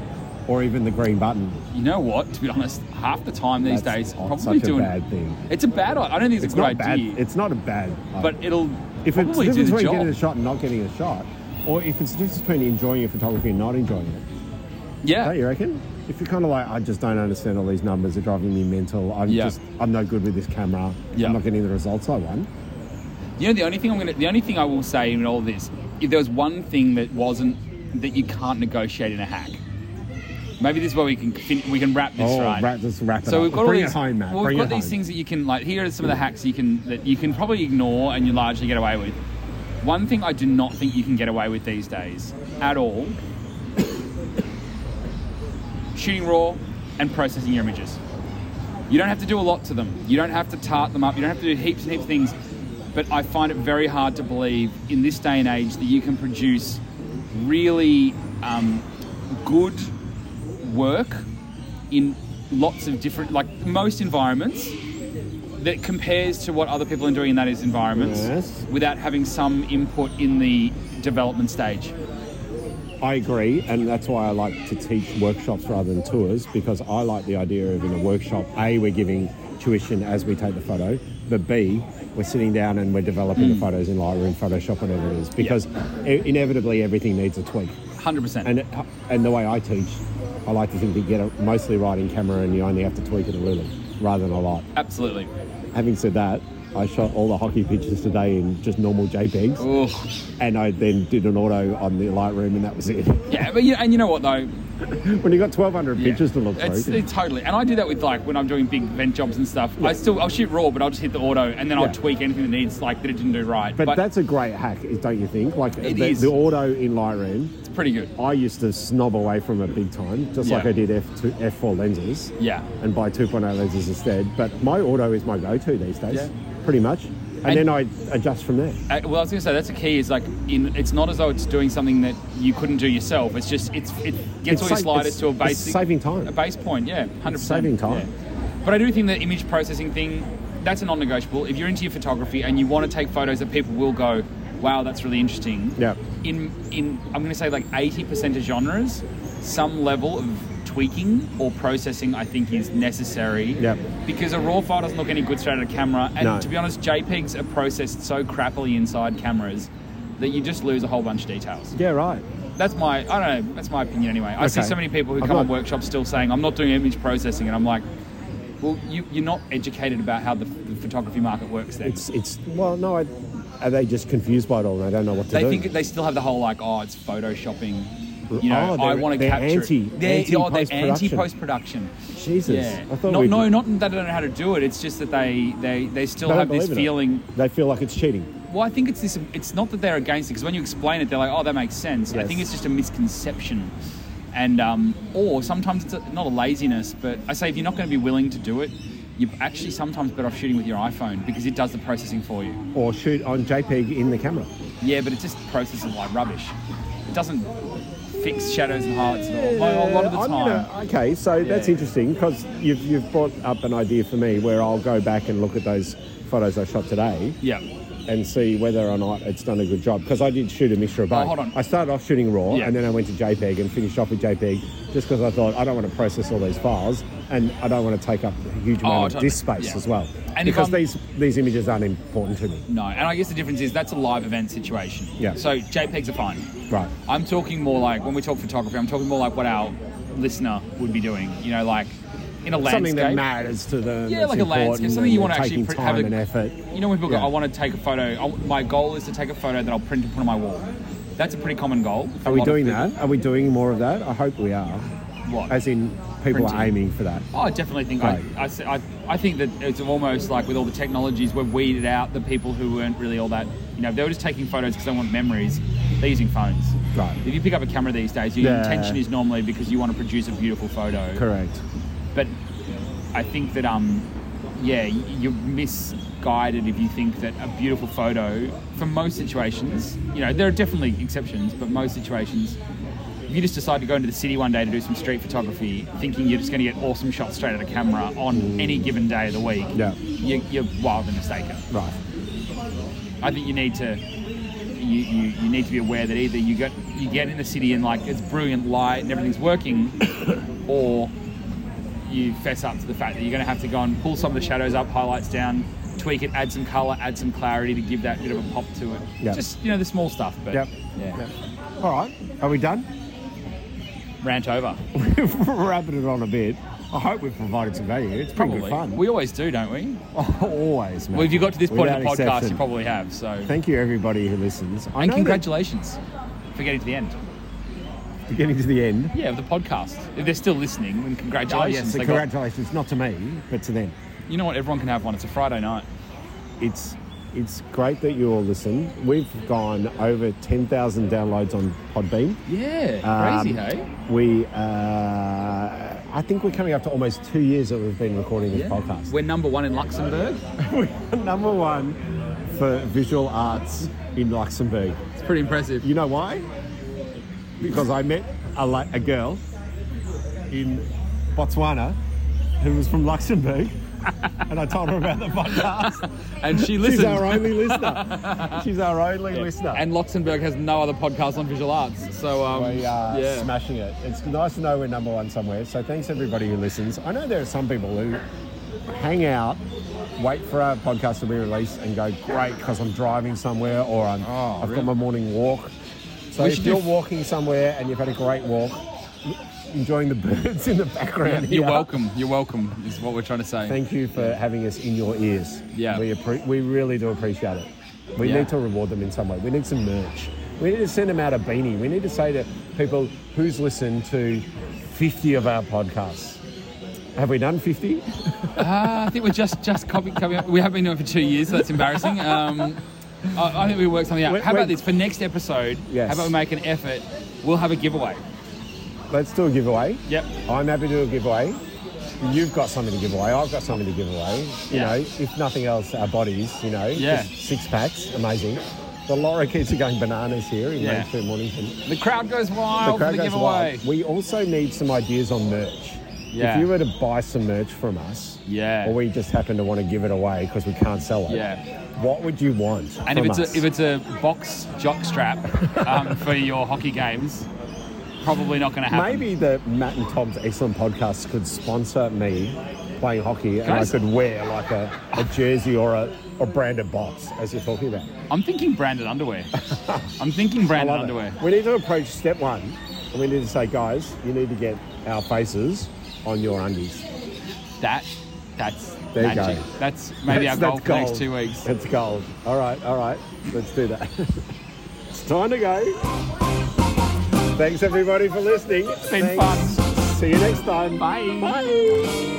D: or even the green button?
B: You know what? To be honest, half the time these
D: That's
B: days
D: not
B: probably
D: such a
B: doing
D: bad thing.
B: It's a bad. I don't think it's,
D: It's
B: a good
D: not bad.
B: idea.
D: It's not a bad.
B: but it'll
D: Um, if it's the
B: probably do
D: difference
B: the
D: between
B: job.
D: getting a shot and not getting a shot, or if it's the difference between enjoying your photography and not enjoying it,
B: yeah,
D: Don't you reckon? If you're kind of like, I just don't understand all these numbers, they're driving me mental. I'm
B: Yeah.
D: just, I'm no good with this camera.
B: Yeah.
D: I'm not getting the results I want.
B: you know the only thing I'm gonna, the only thing I will say in all this, if there was one thing that wasn't that you can't negotiate in a hack, maybe this is where we can fin- we can wrap this
D: Oh,
B: right.
D: wrap- let's wrap it
B: so
D: up.
B: we've got
D: Bring
B: all
D: it
B: these,
D: home, Matt.
B: Well,
D: Bring
B: we've
D: it
B: got these
D: home.
B: things that you can like. Here are some of the hacks you can that you can probably ignore and you largely get away with. One thing I do not think you can get away with these days at all: shooting raw and processing your images. You don't have to do a lot to them. You don't have to tart them up. You don't have to do heaps and heaps of things. But I find it very hard to believe in this day and age that you can produce really um, good work in lots of different, like most environments, that compares to what other people are doing in those environments
D: Yes.
B: without having some input in the development stage.
D: I agree, and that's why I like to teach workshops rather than tours because I like the idea of in a workshop, A, we're giving tuition as we take the photo, but B, we're sitting down and we're developing
B: Hmm.
D: the photos in Lightroom, Photoshop, whatever it is, because i- inevitably everything needs a tweak.
B: 100%.
D: And, it, and the way I teach, I like to think that you get it mostly right in camera and you only have to tweak it a little rather than a lot.
B: Absolutely.
D: Having said that, I shot all the hockey pictures today in just normal JPEGs,
B: Ugh.
D: and I then did an auto on the Lightroom, and that was it.
B: Yeah, but you, and you know what though?
D: when you got 1,200
B: Yeah.
D: pictures to look
B: It's,
D: through,
B: it's totally, and I do that with like when I'm doing big event jobs and stuff. I still I'll shoot raw, but I'll just hit the auto, and then
D: Yeah.
B: I'll tweak anything that needs like that it didn't do right.
D: but, that's a great hack, is- don't you think? Like
B: It
D: the,
B: is.
D: the auto in Lightroom,
B: it's pretty good.
D: I used to snob away from it big time, just like
B: Yeah.
D: I did F2, F4 lenses.
B: Yeah.
D: and buy 2.0 lenses instead. But my auto is my go-to these days,
B: Yeah.
D: pretty much. And,
B: And-
D: then I adjust from there.
B: Uh, well, I was going to say that's a key. Is like in, it's not as though it's doing something that you couldn't do yourself. It's just it's it gets
D: It's
B: all your
D: sa-
B: sliders
D: it's-
B: to a
D: it's
B: basic
D: saving time.
B: a base point. Yeah, hundred percent
D: saving time.
B: But I do think the image processing thing that's a non-negotiable. If you're into your photography and you want to take photos that people will go, wow, that's really interesting.
D: Yeah.
B: In in I'm going to say like eighty percent of genres, some level of tweaking or processing I think is necessary.
D: Yeah.
B: Because a raw file doesn't look any good straight out of camera, and
D: No.
B: to be honest, JPEGs are processed so crappily inside cameras that you just lose a whole bunch of details.
D: Yeah, right.
B: That's my I don't know. That's my opinion anyway. I see
D: Okay.
B: so many people who
D: I'm
B: come
D: not-
B: on workshops still saying I'm not doing image processing, and I'm like, well, you, you're not educated about how the, the photography market works. Then
D: It's it's well, no, I, are they just confused by it all and they don't know what to
B: they
D: do?
B: think they still have the whole like, oh, it's photoshopping. You know,
D: Oh,
B: I
D: they're-
B: want to
D: they're
B: capture.
D: anti-
B: it. They're,
D: anti
B: oh, they're
D: post-production.
B: anti post production.
D: Jesus,
B: Yeah.
D: I thought
B: Not,
D: we'd-
B: no, not that they don't know how to do it. It's just that they they, they still
D: They don't
B: have this
D: believe in it.
B: feeling.
D: They feel like it's cheating.
B: Well, I think it's this. It's not that they're against it because when you explain it, they're like, "Oh, that makes sense." I
D: Yes.
B: think it's just a misconception, and um, or sometimes it's a, not a laziness, but I say if you're not going to be willing to do it, you're actually sometimes better off shooting with your iPhone because it does the processing for you.
D: Or shoot on JPEG in the camera.
B: Yeah, but it just processes like rubbish. It doesn't fix shadows and highlights and all. Like, a lot of the
D: I'm
B: time.
D: gonna- okay, so that's
B: Yeah.
D: interesting because you've, you've brought up an idea for me where I'll go back and look at those photos I shot today
B: Yeah.
D: and see whether or not it's done a good job because I did shoot a mixture of
B: Oh,
D: both.
B: hold on.
D: I started off shooting raw
B: Yeah.
D: and then I went to JPEG and finished off with JPEG just because I thought I don't want to process all these files and I don't want to take up a huge amount
B: Oh,
D: of
B: totally.
D: disk space
B: Yeah.
D: as well
B: And if
D: because
B: I'm-
D: these these images aren't important to me.
B: No, and I guess the difference is that's a live event situation.
D: Yeah.
B: So JPEGs are fine.
D: Right.
B: I'm talking more like when we talk photography, I'm talking more like what our listener would be doing. You know, like in a landscape.
D: Something that matters to them.
B: Yeah,
D: that's
B: like a landscape,
D: important
B: something you
D: and
B: want to actually
D: taking
B: pr-
D: time
B: have a,
D: and effort.
B: You know, when people
D: Yeah.
B: go, "I want to take a photo." I, my goal is to take a photo that I'll print and put on my wall. That's a pretty common goal. for
D: Are
B: a
D: we
B: lot of
D: doing
B: people.
D: that? Are we doing more of that? I hope we are.
B: What?
D: As in, people
B: Printing.
D: are aiming for that.
B: Oh, I definitely think
D: Right.
B: I, I, s- I- I think that it's almost like with all the technologies, we've weeded out the people who weren't really all that. You know, if they were just taking photos because they want memories. They're using phones.
D: Right.
B: If you pick up a camera these days, your
D: Yeah.
B: intention is normally because you want to produce a beautiful photo.
D: Correct.
B: But I think that um, yeah, y- you're misguided if you think that a beautiful photo, for most situations, you know, there are definitely exceptions, but most situations. If you just decide to go into the city one day to do some street photography, thinking you're just going to get awesome shots straight out of camera on any given day of the week,
D: Yeah.
B: you, you're wildly mistaken.
D: Right.
B: I think you need to you, you, you need to be aware that either you get you get in the city and like it's brilliant light and everything's working, or you fess up to the fact that you're going to have to go and pull some of the shadows up, highlights down, tweak it, add some color, add some clarity to give that bit of a pop to it.
D: Yeah.
B: Just you know the small stuff, but
D: Yep.
B: yeah,
D: All right. Are we done?
B: rant over.
D: We've rabbited it on a bit. I hope we've provided some value. It's pretty
B: Probably
D: good fun.
B: we always do, don't we?
D: always. Mate.
B: Well, if you got to this point in the podcast,
D: Without exception.
B: you probably have. So
D: Thank you, everybody who listens. I
B: and
D: know that-
B: congratulations for getting to the end.
D: Getting to the end.
B: Yeah, of the podcast. If they're still listening, then
D: Oh,
B: congratulations.
D: yes,
B: They got-
D: congratulations, not to me, but to them.
B: You know what? Everyone can have one. It's a Friday night.
D: It's it's great that you all listen. We've gone over ten thousand downloads on Podbean.
B: Yeah, crazy,
D: Um,
B: hey?
D: We, uh, I think we're coming up to almost two years that we've been recording this podcast.
B: We're number one in Luxembourg.
D: We're number one for visual arts in Luxembourg.
B: It's pretty impressive.
D: You know why? Because I met a, la- a girl in Botswana who was from Luxembourg, and I told her about the podcast.
B: And she
D: She's
B: listens.
D: our only listener. She's our only listener.
B: and Luxembourg has no other podcast on visual arts. So, um,
D: We are
B: yeah.
D: uh, smashing it. It's nice to know we're number one somewhere. So thanks everybody who listens. I know there are some people who hang out, wait for our podcast to be released, and go great because I'm driving somewhere or I'm
B: Oh,
D: I've
B: really?
D: got my morning walk. So
B: We
D: if
B: should do
D: you're
B: f-
D: walking somewhere and you've had a great walk, enjoying the birds in the background.
B: You're
D: here,
B: welcome. You're welcome, is what we're trying to say.
D: Thank you for having us in your ears.
B: Yeah.
D: we appre- we really do appreciate it. We
B: Yeah.
D: need to reward them in some way. We need some merch. We need to send them out a beanie. We need to say to people who's listened to 50 of our podcasts. Have we done 50?
B: Ah, I think we're just just copy, copy, We haven't been doing it for two years, so that's embarrassing. Um, I, I think we work something out.
D: We're-
B: how about
D: we're-
B: this for next episode?
D: Yes.
B: How about we make an effort? We'll have a giveaway.
D: Let's do a giveaway.
B: Yep.
D: I'm happy to do a giveaway. You've got something to give away. I've got something to give away. You
B: Yeah.
D: know, if nothing else, our bodies, you know.
B: Yeah.
D: just Six packs, amazing. The Laura kids are going bananas here in
B: Yeah.
D: Mainstream Mornington.
B: The crowd goes wild for the
D: goes
B: giveaway.
D: wild. We also need some ideas on merch.
B: Yeah.
D: If you were to buy some merch from us,
B: Yeah.
D: or we just happen to want to give it away because we can't sell it,
B: Yeah.
D: what would you want?
B: And if
D: from
B: it's
D: us?
B: a, if it's a box jock strap um, for your hockey games, probably not going to happen.
D: maybe the Matt and Tom's excellent podcast could sponsor me playing hockey, and
B: I
D: I,
B: s-
D: could wear like a, a jersey or a or branded box as you're talking about.
B: I'm thinking branded underwear. I'm thinking
D: I
B: branded
D: love it.
B: underwear.
D: We need to approach step one. and We need to say, guys, you need to get our faces on your undies.
B: That that's
D: There you
B: magic.
D: go.
B: That's maybe
D: That's-
B: our goal
D: that's
B: for the next
D: gold.
B: two weeks.
D: That's gold. All right, all right. Let's do that. it's time to go. Thanks everybody for listening. It's
B: been
D: See you next time.
B: Bye.
D: Bye.